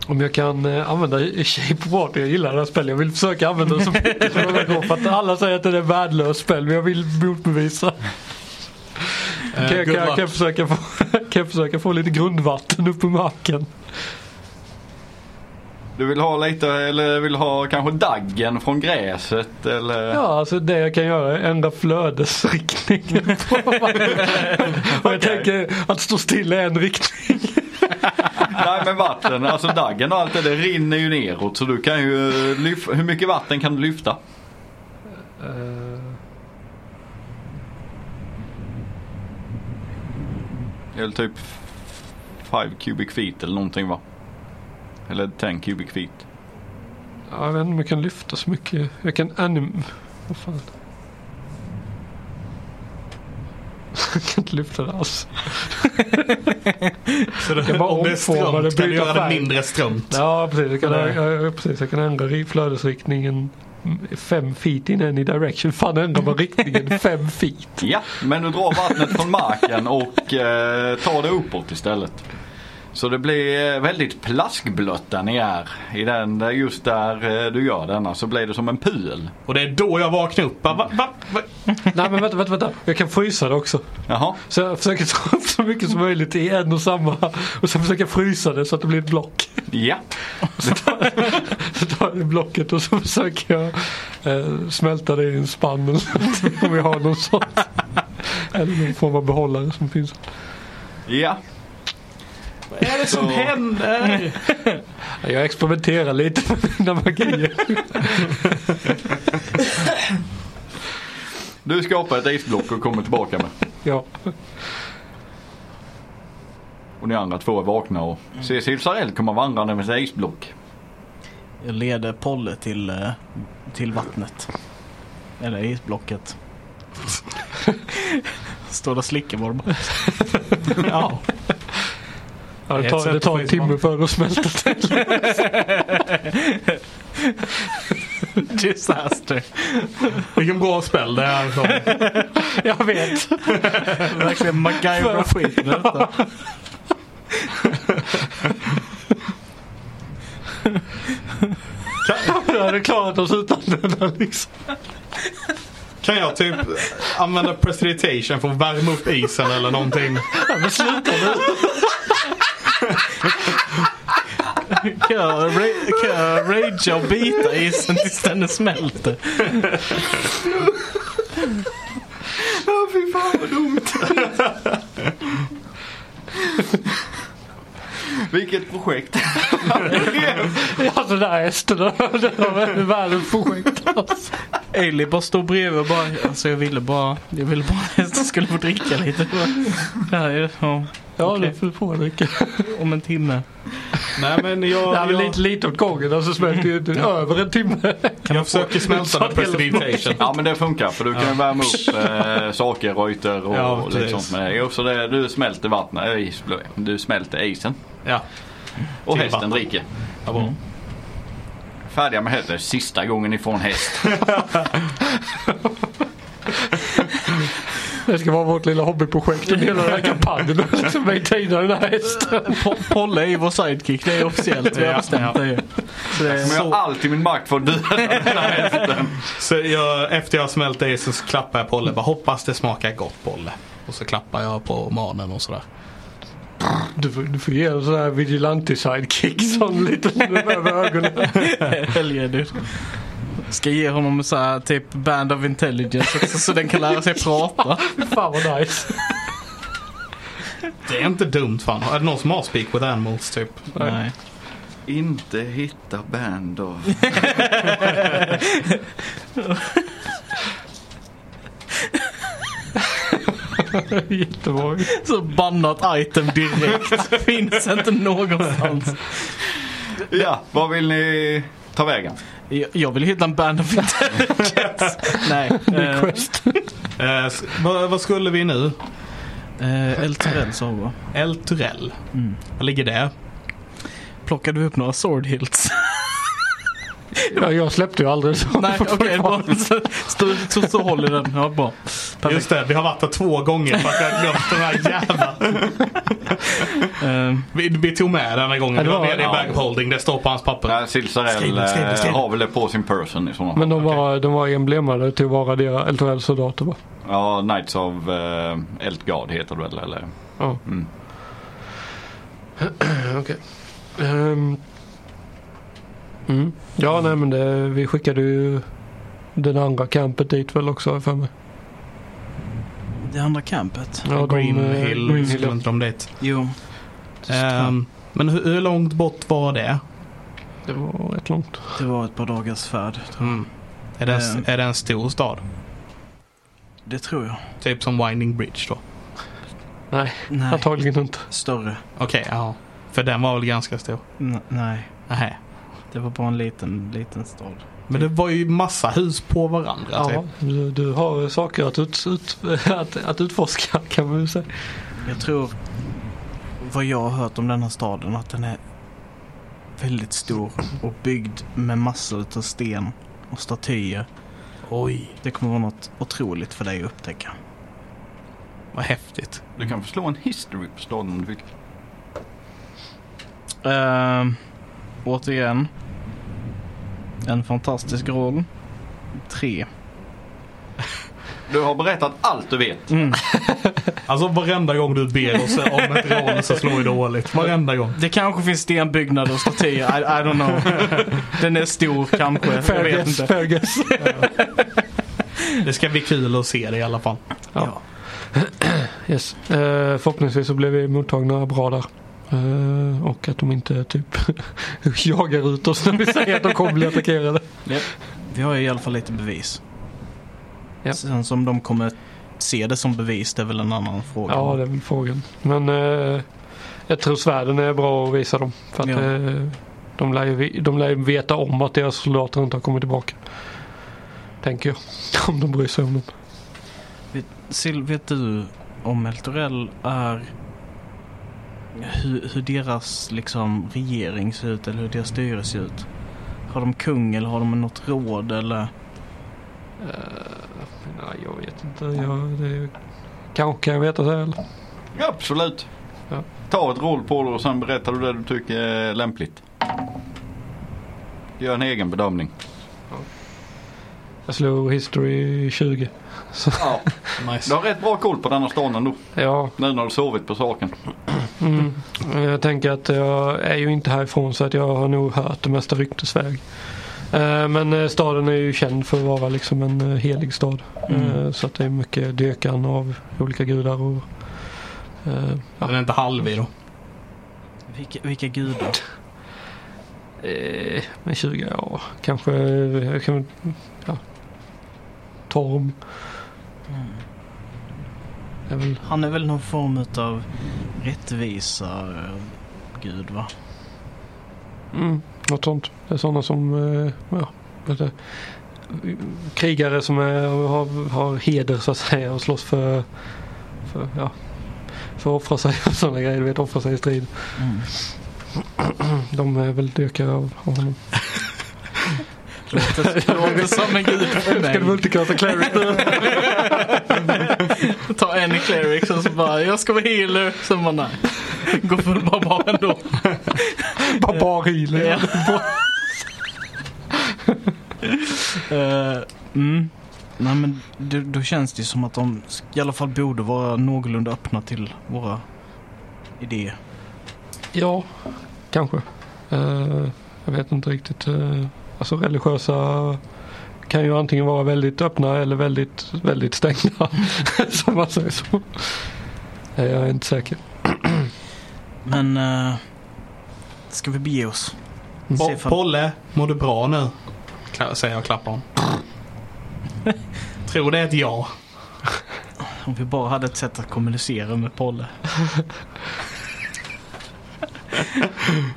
Speaker 4: om jag kan eh, använda Shape Water. Jag gillar det här spelet. Jag vill försöka använda det så mycket som det går. För att alla säger att det är ett värdelöst spel. Men jag vill motbevisa.
Speaker 1: Eh,
Speaker 4: Kan jag, kan,
Speaker 1: good
Speaker 4: jag,
Speaker 1: luck.
Speaker 4: kan, jag försöka få, kan jag försöka få lite grundvatten upp i marken?
Speaker 2: Du vill ha lite eller vill ha kanske daggen från gräset eller?
Speaker 4: Ja, alltså det jag kan göra är ändra flödesriktningen på Och jag tänker att stå still är en riktning.
Speaker 2: Nej men vatten, alltså daggen och allt det där rinner ju neråt så du kan ju eh, lyf- hur mycket vatten kan du lyfta?
Speaker 4: Eh,
Speaker 2: Eller typ 5 cubic feet eller någonting va? Eller 10 cubic feet.
Speaker 4: Ja, jag vet inte om jag kan lyfta så mycket. Jag kan anim... Vad fan? Jag kan inte lyfta det alls.
Speaker 1: Så det,
Speaker 4: kan bara
Speaker 1: om det är
Speaker 4: omforma
Speaker 1: strömt kan
Speaker 4: det,
Speaker 1: du
Speaker 4: byta
Speaker 1: göra det
Speaker 4: färg.
Speaker 1: mindre strömt.
Speaker 4: Ja, precis. Jag kan,
Speaker 1: Eller-
Speaker 4: ja, ja, precis. Jag kan ändra ri- flödesriktningen fem feet in any direction. Fan ändrar man riktningen fem feet?
Speaker 2: Ja, men du drar vattnet från marken och eh, tar det uppåt istället. Så det blir eh, väldigt plaskblött där ni är. I den, där- just där eh, du gör denna så blir det som en pöl.
Speaker 1: Och det är då jag vaknar upp. Va, va, va, va?
Speaker 4: Nej men vänta, vänta, vänta. Jag kan frysa det också.
Speaker 2: Jaha.
Speaker 4: Så jag försöker ta upp så mycket som möjligt i en och samma. Och sen försöker jag frysa det så att det blir ett block.
Speaker 2: Ja.
Speaker 4: Så tar jag det blocket och så försöker jag eh, smälta det i en spann eller någonting, om jag har något sånt. Eller någon form av behållare som finns.
Speaker 2: Ja.
Speaker 1: Vad är det som
Speaker 2: Så-
Speaker 1: händer?
Speaker 4: Jag experimenterar lite med mina magier.
Speaker 2: Du skapar ett isblock och kommer tillbaka med.
Speaker 4: Ja.
Speaker 2: Och ni andra två är vakna och ser Silsarell komma vandrande med sitt isblock.
Speaker 3: Jag leder Polle till, eh, till vattnet. Eller isblocket. Står och slickar på dem. Ja.
Speaker 4: Ja, det,
Speaker 1: Ett sätt
Speaker 4: tar, det
Speaker 1: att
Speaker 4: tar
Speaker 1: få
Speaker 4: en
Speaker 1: i
Speaker 4: timme
Speaker 1: smak.
Speaker 4: för det att smälta det.
Speaker 3: Disaster.
Speaker 1: Vilken bra spel det är. Alltså.
Speaker 4: Jag vet.
Speaker 3: Verkligen MacGyver-skiten detta.
Speaker 4: Jag hade klarat oss utan den här liksom.
Speaker 1: Kan jag typ använda prestidigitation för att värma upp isen eller någonting?
Speaker 3: Kan jag ra- kan jag ragea och bita isen tills den smälter?
Speaker 2: Vilket projekt!
Speaker 4: Ja, den där hästen. den har- Den har världens projekt. Alltså.
Speaker 3: Ailey bara stod bredvid och bara, alltså jag ville bara, jag ville bara att hästen skulle få dricka lite. Det här är, ja,
Speaker 4: Ja,
Speaker 3: Okej.
Speaker 4: du får på dricka.
Speaker 3: om en timme.
Speaker 1: Nej men jag,
Speaker 4: Nej, men
Speaker 1: jag,
Speaker 4: lite, lite åt gången. Alltså smälter ju inte över en timme.
Speaker 1: jag, försöker smälta med prestidigitation.
Speaker 2: Ja men det funkar för du kan ju värma upp eh, saker, röjter och,
Speaker 1: Ja,
Speaker 2: och lite
Speaker 1: precis.
Speaker 2: sånt med det. Jo, så det, du smälter vattnet, äh, is, du smälter isen
Speaker 1: Ja,
Speaker 2: och
Speaker 1: Till
Speaker 2: hästen
Speaker 1: vatten.
Speaker 2: dricker.
Speaker 1: ja, bra.
Speaker 2: Färdiga med hästen, sista gången ifrån häst.
Speaker 4: Det ska vara vårt lilla hobbyprojekt och hela den här kampanjen. Och liksom maintaina den här hästen.
Speaker 3: Po- Polle är vår sidekick, det är officiellt. Vi har bestämt det ju. Så det
Speaker 2: Men jag har allt i min makt för att döda den här hästen.
Speaker 1: Så jag, efter jag har smält det så klappar jag Polle. Bara hoppas det smakar gott Polle. Och så klappar jag på manen och sådär.
Speaker 4: Du, får- du får ge en sån här vigilante sidekick som lite över ögonen.
Speaker 3: helgen du. Ska ge honom så här typ Band of Intelligence också, så den kan lära sig prata.
Speaker 4: Fan vad nice.
Speaker 1: Det är inte dumt fan. Är det någon som har speak with animals typ?
Speaker 3: Nej.
Speaker 2: Inte hitta band of...
Speaker 4: Jättebra.
Speaker 3: Så bannat item direkt. Finns inte någonstans.
Speaker 2: Ja, vad vill ni ta vägen?
Speaker 3: Jag, jag vill hitta en Band of Intelligence. Nej. Eh,
Speaker 4: Quest.
Speaker 1: Eh, s- vad, vad skulle vi nu?
Speaker 3: eh, El sa hon va?
Speaker 1: El Turell. Vad ligger det?
Speaker 3: Plockade vi upp några sword hilts?
Speaker 4: Ja, jag släppte ju aldrig så.
Speaker 3: Nej okej, okay, stå, stå, stå håll i den. Ja, bra.
Speaker 1: Just det, vi har varit där två gånger för att jag har glömt den här jävla.
Speaker 3: Eh,
Speaker 1: Vi, vi tog med den här gången.
Speaker 4: Ja,
Speaker 1: Det
Speaker 4: det
Speaker 1: var
Speaker 4: var-
Speaker 1: nere i
Speaker 4: ja.
Speaker 1: bagholding. Det står på hans papper.
Speaker 2: Nej, Silsarell
Speaker 1: Skriv, skriv,
Speaker 2: eh,
Speaker 1: skriv.
Speaker 2: har väl det på sin person i sådana
Speaker 4: Men
Speaker 2: fall.
Speaker 4: de var, de var emblemade till att vara deras LTHLs soldater va?
Speaker 2: Ja, Knights of eh, Eltgard heter det väl eller?
Speaker 4: Ja.
Speaker 2: Mm.
Speaker 4: Okej. Ehm. mm. Ja, nej men det, vi skickade ju den andra campet dit väl också har jag för mig.
Speaker 3: det andra campet.
Speaker 4: Ja, de,
Speaker 1: Green
Speaker 4: eh,
Speaker 1: Hill.
Speaker 4: Green Hill,
Speaker 1: skulle
Speaker 4: ja.
Speaker 1: inte de dit?
Speaker 3: Jo.
Speaker 1: Ehm, men hur, hur långt bort var det?
Speaker 4: Det var rätt långt.
Speaker 3: Det var ett par dagars färd.
Speaker 4: Mm.
Speaker 1: Är, det en,
Speaker 3: Ehm.
Speaker 1: är det en stor stad?
Speaker 3: Det tror jag.
Speaker 1: Typ som Winding Bridge då?
Speaker 4: Nej,
Speaker 3: Nej.
Speaker 4: antagligen inte.
Speaker 3: Större.
Speaker 1: Okej, ja. För den var väl ganska stor?
Speaker 3: N- nej.
Speaker 1: Nej.
Speaker 3: Det var bara en liten, liten stad.
Speaker 1: Men det var ju massa hus på varandra
Speaker 4: Mm. Ja,
Speaker 1: typ.
Speaker 4: du, du har saker att, ut, ut, att, att utforska kan man ju säga.
Speaker 3: Jag tror, vad jag har hört om den här staden, att den är väldigt stor och byggd med massor av sten och statyer.
Speaker 1: Oj,
Speaker 3: Det kommer vara något otroligt för dig att upptäcka.
Speaker 1: vad häftigt.
Speaker 2: Du kan förslå en history på staden om du vill.
Speaker 3: Ehm, återigen, en fantastisk roll. Tre.
Speaker 2: Du har berättat allt du vet.
Speaker 3: Mm.
Speaker 1: Alltså varenda gång du ber oss om ett rån så slår ju dåligt. Varenda gång.
Speaker 3: Det kanske finns stenbyggnader och statyer. I, I don't know. Den är stor kanske. Jag
Speaker 4: Fair
Speaker 3: vet
Speaker 4: guess,
Speaker 3: inte.
Speaker 4: fair guess.
Speaker 1: Det ska bli kul att se det i alla fall.
Speaker 4: Ja. Yes. Eh, förhoppningsvis så blev vi mottagna bra där. Eh, och att de inte typ jagar ut oss när vi säger att de kommer bli attackerade.
Speaker 3: Vi har i alla fall lite bevis.
Speaker 4: Ja.
Speaker 3: Sen som de kommer se det som bevis, det är väl en annan fråga.
Speaker 4: Ja, det är väl frågan. Men eh, jag tror svärden är bra att visa dem. För att,
Speaker 3: Ja.
Speaker 4: eh, de, lär ju, vi- de lär ju veta om att deras soldater inte har kommit tillbaka. Tänker jag. Om de bryr sig om dem.
Speaker 3: Sil, vet du om Eltorell är... Hur, hur deras liksom, regering ser ut eller hur deras styre ser ut? Har de kung eller har de något råd eller?
Speaker 4: Nej, jag vet inte. Jag, det, kanske kan jag veta så här. eller?
Speaker 2: Ja, absolut.
Speaker 4: Ja.
Speaker 2: Ta ett roll på det och sen berättar du det du tycker är lämpligt. Gör en egen bedömning.
Speaker 4: Jag slog history 20.
Speaker 2: Ja. Du
Speaker 1: Nice.
Speaker 2: har rätt bra koll på denna stan ändå.
Speaker 4: Ja,
Speaker 2: Nu när du sovit på saken.
Speaker 4: Mm. Jag tänker att jag är ju inte härifrån så att jag har nog hört det mesta ryktesväg. Eh, Men eh, staden är ju känd för att vara liksom en eh, helig stad. Eh, Så att det är mycket dyrkan av olika gudar. Och, eh, ja.
Speaker 1: Den är inte halv i då.
Speaker 3: Vilka, vilka gudar?
Speaker 4: Eh, Men 20, ja kanske... eh, jag Kan, ja. Torm. Mm. Det är väl,
Speaker 3: Han är väl någon form utav rättvisa eh, gud va?
Speaker 4: mm, något sånt. Det är sådana som... eh, Ja, lite krigare som är, har, har heder så att säga och slåss för... för ja, för att offra sig och sådana grejer. Du vet, offra sig i strid.
Speaker 3: Mm.
Speaker 4: De är väl dyrkare av, av honom.
Speaker 3: Låter, låter som en gud för
Speaker 4: Ska du
Speaker 3: mig.
Speaker 4: multiklassa Clary?
Speaker 3: en i cleric och så bara jag ska vara healer. Så bara nej. Gå för barbar ändå.
Speaker 4: Barbar healer.
Speaker 3: Ja. Eh, mm. Nej men det, då känns det ju som att de i alla fall borde vara någorlunda öppna till våra idéer.
Speaker 4: Ja, kanske. Eh, jag vet inte riktigt. eh, alltså religiösa kan ju antingen vara väldigt öppna eller väldigt, väldigt stängda. Som man säger så. Eh, jag är inte säker.
Speaker 3: Men eh, ska vi bege oss? Se
Speaker 1: Po-
Speaker 3: ifall-
Speaker 1: Polle, mår du bra nu? Kla- Säger jag och klappar honom. Tror det är ett ja.
Speaker 3: Om vi bara hade ett sätt att kommunicera med Polle.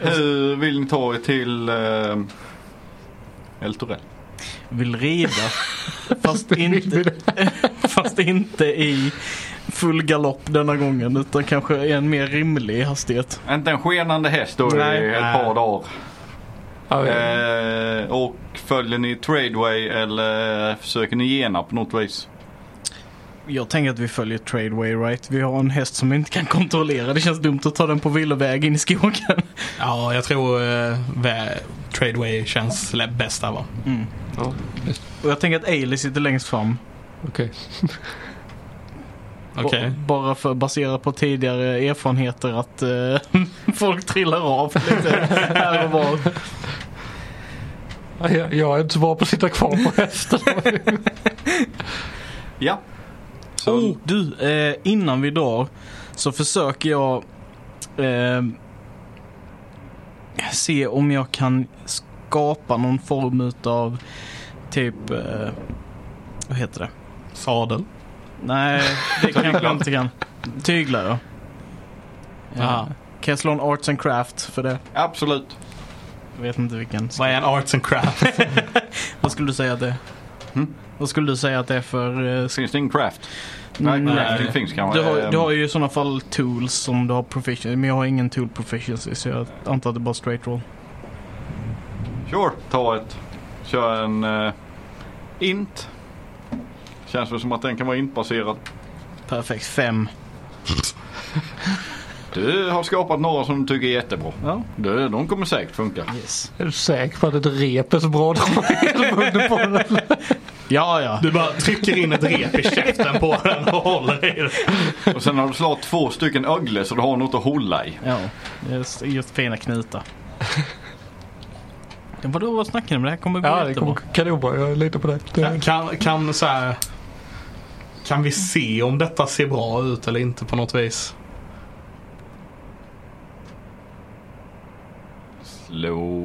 Speaker 2: Hur vill ni ta er till eh, El Torell?
Speaker 3: Vill rida. Fast inte, fast inte i full galopp denna gången utan kanske i en mer rimlig hastighet.
Speaker 2: Inte en skenande häst då
Speaker 1: Nej.
Speaker 2: i ett par dagar.
Speaker 4: Ja, ja.
Speaker 2: Eh, och följer ni Tradeway eller försöker ni gena på något vis?
Speaker 3: Jag tänker att vi följer Tradeway right. Vi har en häst som vi inte kan kontrollera. Det känns dumt att ta den på villoväg in i skogen.
Speaker 1: Ja, jag tror eh, vä- Tradeway känns lä- bäst där va?
Speaker 4: ja. visst.
Speaker 3: Mm. Och jag tänker att Ailey sitter längst fram.
Speaker 4: Okej.
Speaker 1: Okej.
Speaker 3: B- Bara för baserat på tidigare erfarenheter att eh, folk trillar av lite här och var.
Speaker 4: Ja, Jag, jag är inte så bra på att sitta kvar på hästen.
Speaker 2: Ja. Så,
Speaker 3: Oh, du, eh, innan vi drar så försöker jag eh, se om jag kan skapa någon form utav typ, eh, vad heter det?
Speaker 1: Sadel.
Speaker 3: Nej, det kanske jag inte kan. Tyglar ja.
Speaker 1: Aha.
Speaker 3: ja. Kan jag slå en arts and craft för det?
Speaker 2: Absolut.
Speaker 3: Jag vet inte vilken.
Speaker 1: Vad är en arts and craft?
Speaker 3: Vad skulle du säga att det är?
Speaker 2: Mm.
Speaker 3: Vad skulle du säga att det är för... eh, sk- Mm,
Speaker 2: Finns det ingen craft? Nej,
Speaker 3: Nej.
Speaker 2: crafting finns kanske.
Speaker 3: Du har,
Speaker 2: Ehm,
Speaker 3: du har ju i sådana fall tools som du har proficiency men jag har ingen tool proficiency så jag antar att det är bara straight roll.
Speaker 2: Sure, ta ett. Kör en eh, int. Känns väl som att den kan vara intbaserad.
Speaker 3: Perfekt, fem.
Speaker 2: Du har skapat några som du tycker är jättebra.
Speaker 3: Ja.
Speaker 2: Du, de kommer säkert funka.
Speaker 3: Yes.
Speaker 4: Är du säker på att ett rep är så bra?
Speaker 3: Ja, ja.
Speaker 1: Du bara trycker in ett rep i käften på den och håller i det.
Speaker 2: Och sen har du slagit två stycken ögle så du har något att hålla i.
Speaker 3: ja. Just, just fina knutar. Ja, vadå, vad snackar ni om? Det här kommer gå
Speaker 4: ja, det
Speaker 3: jättebra.
Speaker 4: kommer kanonbra. Jag litar på dig.
Speaker 1: Kan,
Speaker 4: Det,
Speaker 1: kan, kan så här, Kan vi se om detta ser bra ut eller inte på något vis?
Speaker 2: Slå...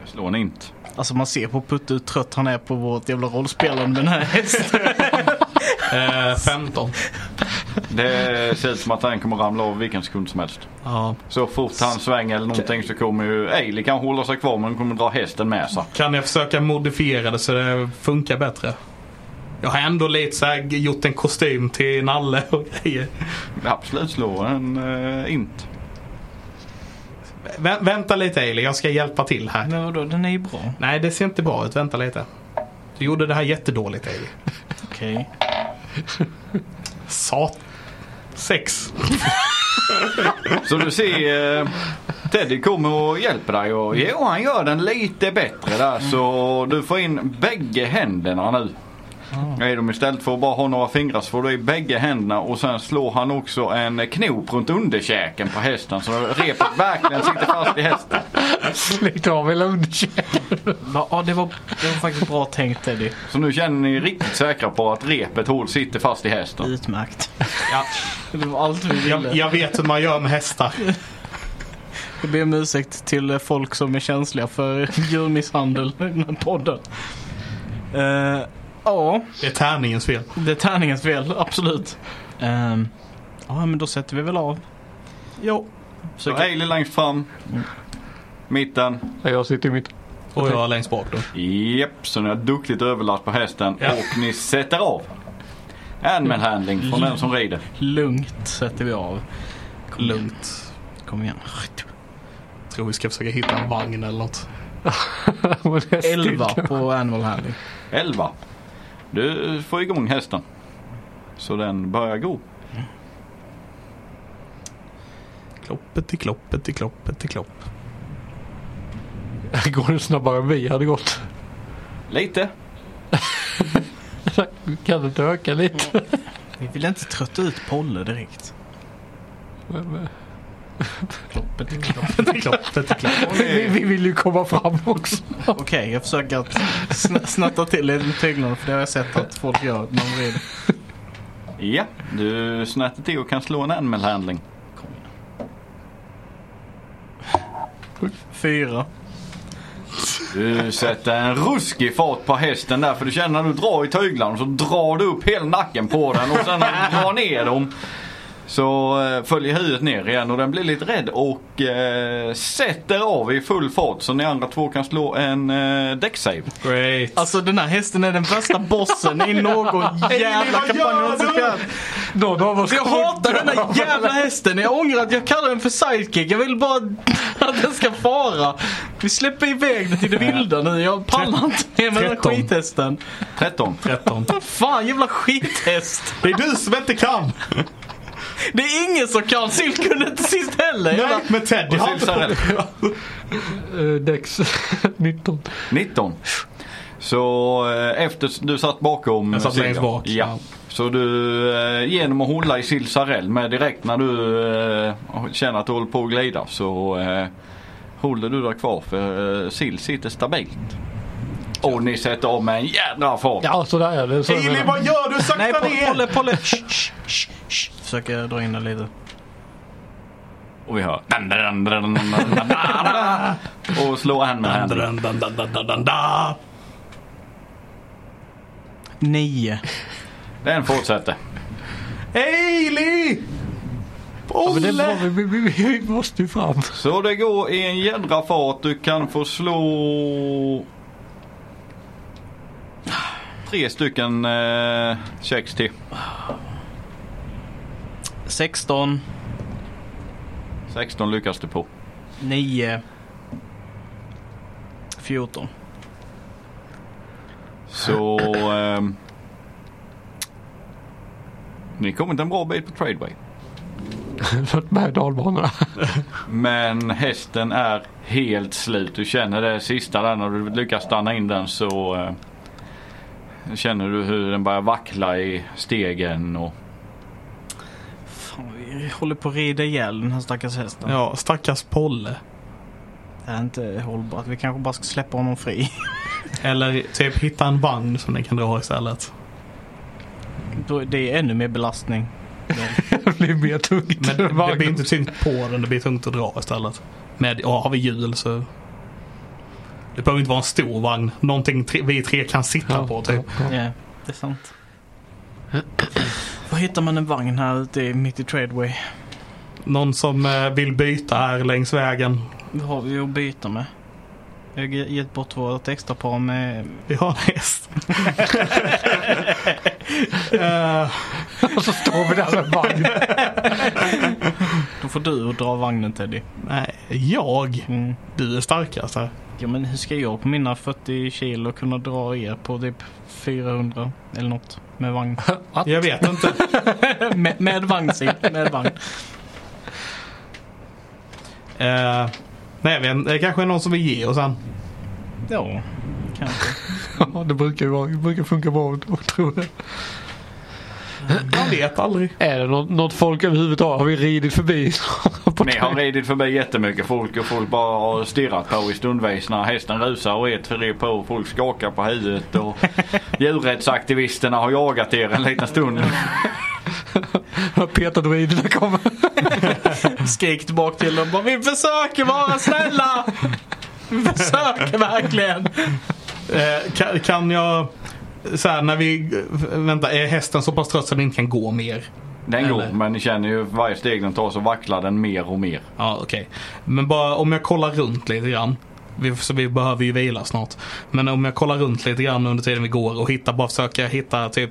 Speaker 2: Jag slår en int.
Speaker 3: Alltså man ser på Putte hur trött han är på vårt jävla rollspelande den här hästen.
Speaker 1: Eh, 15.
Speaker 2: Det ser ut som att den kommer ramla av vilken sekund som helst.
Speaker 1: Ja.
Speaker 2: Så fort han svänger eller någonting så kommer ju Eili kan hålla sig kvar men kommer dra hästen med sig.
Speaker 1: Kan jag försöka modifiera det så det funkar bättre? Jag har ändå lite så här gjort en kostym till Nalle och grejer.
Speaker 2: Absolut slå en eh, int.
Speaker 1: Vä- vänta lite Ailey, jag ska hjälpa till här.
Speaker 3: Men vadå, den är ju bra.
Speaker 1: Nej, det ser inte bra ut. Vänta lite. Du gjorde det här jättedåligt Ailey.
Speaker 3: Okej.
Speaker 1: Sat... Sex.
Speaker 2: Så du ser eh, Teddy kommer och hjälper dig och jo han gör den lite bättre där så du får in bägge händerna nu. Är de istället för att bara ha några fingrar så får du i bägge händerna och sen slår han också en knop runt underkäken på hästen så repet verkligen sitter fast i hästen.
Speaker 4: Slit av hela underkäken.
Speaker 3: Va- Ja, det var, det var faktiskt bra tänkt Teddy.
Speaker 2: Så nu känner ni er riktigt säkra på att repet hål sitter fast i hästen.
Speaker 3: Utmärkt.
Speaker 1: Ja,
Speaker 3: Det var allt vi ville.
Speaker 1: jag, jag vet hur man gör med hästar.
Speaker 3: Jag ber om ursäkt till eh, folk som är känsliga för djurmisshandel i den här podden. Eh, Ja,
Speaker 1: Det är tärningens fel.
Speaker 3: det är tärningens fel, absolut. Ehm, Ja, men då sätter vi väl av. Jo.
Speaker 2: Så
Speaker 3: Försöker...
Speaker 2: Hailey längst fram. Mitten.
Speaker 4: Ja, Jag sitter i mitt.
Speaker 1: Och jag är längst bak då.
Speaker 2: Japp, så ni har duktigt överlast på hästen
Speaker 1: Ja.
Speaker 2: och ni sätter av. Animal handling från den som rider.
Speaker 3: Lugnt sätter vi av. Kom igen.
Speaker 1: Lugnt.
Speaker 3: Kom igen.
Speaker 1: Tror vi ska försöka hitta en vagn eller något.
Speaker 4: Och det är still.
Speaker 3: 11 på Animal Handling.
Speaker 2: 11. Du får igång hästen. Så den börjar gå.
Speaker 1: Kloppet i kloppet i kloppet i klopp.
Speaker 4: Går det snabbare än vi hade gått?
Speaker 2: Lite.
Speaker 4: Kan det inte öka lite?
Speaker 3: Vi vill inte trötta ut Polle direkt.
Speaker 1: Kloppet i kloppet i kloppet i klopp.
Speaker 4: Vi, vi vill ju komma fram också.
Speaker 3: Okej, jag försöker att sn- snatta till lite med tyglarna för det har jag sett att folk gör när de vrider.
Speaker 2: Ja, du snärter till och kan slå en animal handling.
Speaker 3: Fyra.
Speaker 2: Du sätter en ruskig fart på hästen där för du känner när du drar i tyglarna så drar du upp hela nacken på den och sen när du drar ner dem så eh, följer huvudet ner igen och den blir lite rädd och eh, sätter av i full fart så ni andra två kan slå en eh, däcksave.
Speaker 1: Great.
Speaker 3: Alltså den här hästen är den värsta bossen i någon jävla
Speaker 1: vad gör
Speaker 3: kampanj någonsin
Speaker 1: du?
Speaker 3: skett.
Speaker 4: Någon av oss
Speaker 3: Jag hatar den här jävla hästen. Jag ångrar att jag kallar den för sidekick. Jag vill bara att den ska fara. Vi släpper iväg den till det vilda nu. Jag pallar inte mer med den här
Speaker 1: Tretton.
Speaker 3: skithästen.
Speaker 2: 13.
Speaker 1: 13.
Speaker 3: Fan jävla skithäst.
Speaker 1: Det är du som inte kan!
Speaker 3: Det är ingen som kan. Silk kunde inte sist heller.
Speaker 1: Nej,
Speaker 3: Jävla-
Speaker 1: men Teddy
Speaker 2: Och
Speaker 1: har inte
Speaker 2: Silsarell.
Speaker 4: Eh, Dex 19.
Speaker 2: 19. Så eh, efter du satt bakom
Speaker 1: Jag satt
Speaker 2: Silja.
Speaker 1: längst bak.
Speaker 2: Ja. Så du eh, genom att hålla i Silsarell med direkt när du eh, känner att du håller på att glida så eh, håller du dig kvar för eh, Sill sitter stabilt. Och ni sätter av med en jädra fart.
Speaker 4: Ja, så där är det. Så
Speaker 1: Eli, vad gör du?
Speaker 3: Nej,
Speaker 1: Sakta
Speaker 3: Polle, Polle,
Speaker 1: ner!
Speaker 3: Polle. Shh, shh, shh, shh. Försöker dra in den lite.
Speaker 2: Och vi hör och slår hand med hand.
Speaker 1: Dun, dun, dun, dun, dun, dun, dun.
Speaker 3: Nio.
Speaker 2: Den fortsätter.
Speaker 1: Eli!
Speaker 4: men det är
Speaker 1: Polle!
Speaker 4: bra, vi, vi, vi, vi måste ju fram.
Speaker 2: Så det går i en jädra fart. Du kan få slå tre stycken eh, checks till.
Speaker 3: 16.
Speaker 2: 16 lyckas du på.
Speaker 3: 9. 14.
Speaker 2: Så ehm, ni har kommit en bra bit på Tradeway.
Speaker 4: Fört med dalbanorna.
Speaker 2: Men hästen är helt slut. Du känner det sista där när du lyckas stanna in den så eh, känner du hur den börjar vackla i stegen och
Speaker 3: Fan, vi håller på att rida ihjäl den här stackars hästen.
Speaker 1: Ja, stackars Polle.
Speaker 3: Det är inte hållbart. Vi kanske bara ska släppa honom fri.
Speaker 1: Eller typ hitta en vagn som den kan dra istället.
Speaker 3: Då- Det är ännu mer belastning.
Speaker 4: Det blir mer tungt.
Speaker 1: Men det blir inte tyngt på den, det blir tungt att dra istället. Med, ja, har vi hjul så... Det behöver inte vara en stor vagn. Någonting tre, vi tre kan sitta
Speaker 4: Ja,
Speaker 1: på typ.
Speaker 4: ja,
Speaker 3: Ja, det är sant. Var hittar man en vagn här ute i- mitt i Tradeway?
Speaker 1: Någon som eh, vill byta här längs vägen.
Speaker 3: Vad har vi att byta med? Jag har ge- gett bort vårt extra par med...
Speaker 1: Vi har en häst. Eh,
Speaker 4: ja. Och så står vi där med vagn.
Speaker 3: Då får du dra vagnen Teddy.
Speaker 1: nej, jag.
Speaker 3: Mm.
Speaker 1: Du är starkast här.
Speaker 3: Ja men hur ska jag på mina 40 kilo kunna dra er på typ 400 eller något med vagn?
Speaker 1: Jag vet inte.
Speaker 3: med, med vagn Sid, med vagn.
Speaker 1: Eh, nej, jag vet inte. Det kanske är någon som vill ge oss en.
Speaker 3: Ja, kanske.
Speaker 4: Ja, det brukar ju vara, det brukar funka bra att tro det.
Speaker 1: Man vet aldrig.
Speaker 4: Är det något, något folk överhuvudtaget? Har vi ridit förbi? På
Speaker 2: Ni har
Speaker 4: tåg?
Speaker 2: ridit förbi jättemycket folk och folk bara har stirrat på i stundvis när hästen rusar och är tre på och folk skakar på huvudet och djurrättsaktivisterna har jagat er en liten stund.
Speaker 4: Petar druiderna kommer.
Speaker 3: Skrik tillbaka till dem bara vi försöker vara snälla! Vi försöker verkligen!
Speaker 1: Eh, kan, kan jag... Så här, när vi... Vänta, är hästen så pass trött så den inte kan gå mer?
Speaker 2: Den går
Speaker 1: Eller?
Speaker 2: men ni känner ju varje steg den tar så vacklar den mer och mer.
Speaker 1: Ja, okej. Men bara om jag kollar runt lite grann. Vi, så vi behöver ju vila snart. Men om jag kollar runt lite grann under tiden vi går och hittar, bara försöka hitta typ...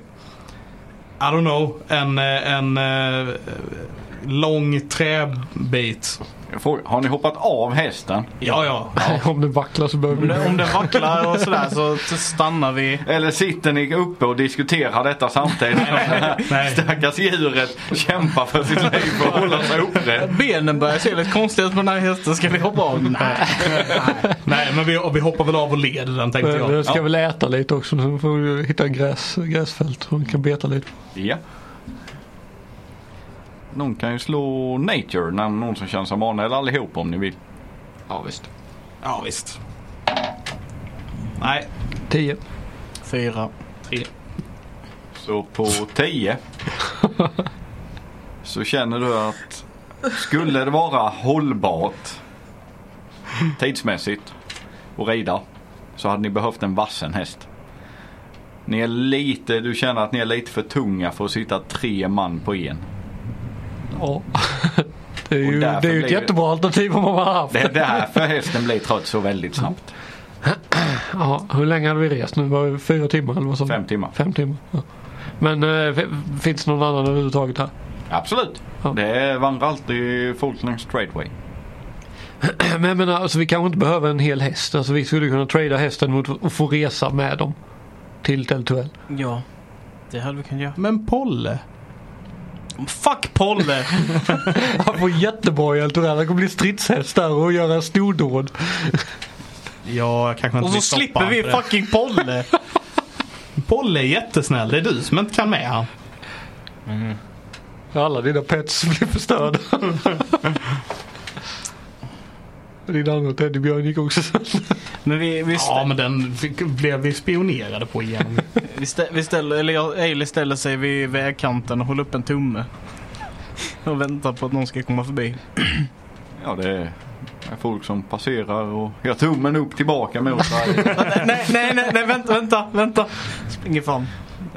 Speaker 1: I don't know. En, eh, en eh, lång träbit
Speaker 2: Jag frågar, har ni hoppat av hästen?
Speaker 1: Ja, ja.
Speaker 4: Om den vacklar så behöver
Speaker 3: Om
Speaker 4: vi...
Speaker 3: det, om det vacklar och sådär så så stannar vi.
Speaker 2: Eller sitter ni uppe och diskuterar detta samtidigt?
Speaker 1: nej.
Speaker 2: Stackars djuret kämpar för sitt liv och håller sig upprätt.
Speaker 3: Benen börjar se lite konstiga ut på den här hästen. Ska vi hoppa av? Nej.
Speaker 1: Nej, men vi, vi hoppar väl av och leder den tänkte
Speaker 4: Den
Speaker 1: jag.
Speaker 4: ska
Speaker 2: Ja.
Speaker 4: väl äta lite också. Sen får vi hitta en gräs, gräsfält som vi kan beta lite på.
Speaker 2: Ja. Någon kan ju slå nature, när någon som känns som mana, eller allihop om ni vill.
Speaker 5: Ja visst.
Speaker 1: Ja, visst. Nej,
Speaker 4: 10.
Speaker 3: Fyra.
Speaker 1: tre.
Speaker 2: Så på 10 så känner du att skulle det vara hållbart tidsmässigt och rida så hade ni behövt en vassen häst. Ni är lite, du känner att ni är lite för tunga för att sitta tre man på en.
Speaker 4: Ja. Det är ju,
Speaker 2: Och
Speaker 4: det
Speaker 2: därför
Speaker 4: är ju
Speaker 2: blir
Speaker 4: ett
Speaker 2: det-
Speaker 4: jättebra alternativ om man har haft.
Speaker 2: Det är därför hästen blir trött så väldigt snabbt.
Speaker 4: Ja, hur länge hade vi rest nu? Var det fyra timmar eller vad sa vi?
Speaker 2: Fem timmar.
Speaker 4: Fem timmar. Ja. Men eh, f- finns det någon annan överhuvudtaget här?
Speaker 2: Absolut.
Speaker 4: Ja.
Speaker 2: Det vandrar alltid folk längs straightway.
Speaker 4: Men jag menar, alltså, vi kanske inte behöver en hel häst. Alltså, vi skulle kunna trada hästen mot och få resa med dem. Till Teltuell.
Speaker 3: Ja. Det hade vi kunnat göra.
Speaker 1: Men Polle.
Speaker 3: Fuck Polle!
Speaker 4: Han får jättebra i Eltuell. Han kommer bli stridshäst där och göra stordåd.
Speaker 1: Ja, jag kanske inte
Speaker 3: Och så
Speaker 1: vill stoppa
Speaker 3: slipper
Speaker 1: han
Speaker 3: vi
Speaker 1: för det.
Speaker 3: fucking Polle!
Speaker 1: Polle är jättesnäll. Det är du som inte kan med han.
Speaker 4: Alla dina pets blir förstörda. Din andra teddybjörn gick också sönder.
Speaker 3: Men vi, vi,
Speaker 1: Ja,
Speaker 3: stä,
Speaker 1: men den fick, blev vi spionerade på igen.
Speaker 3: vi, stä, vi ställer, eller jag, Ailey ställer sig vid vägkanten och håller upp en tumme. Och väntar på att någon ska komma förbi.
Speaker 2: Ja, det är folk som passerar och gör tummen upp tillbaka mot varje.
Speaker 3: nej, nej, nej, nej, vänta, vänta, vänta. Springer fram.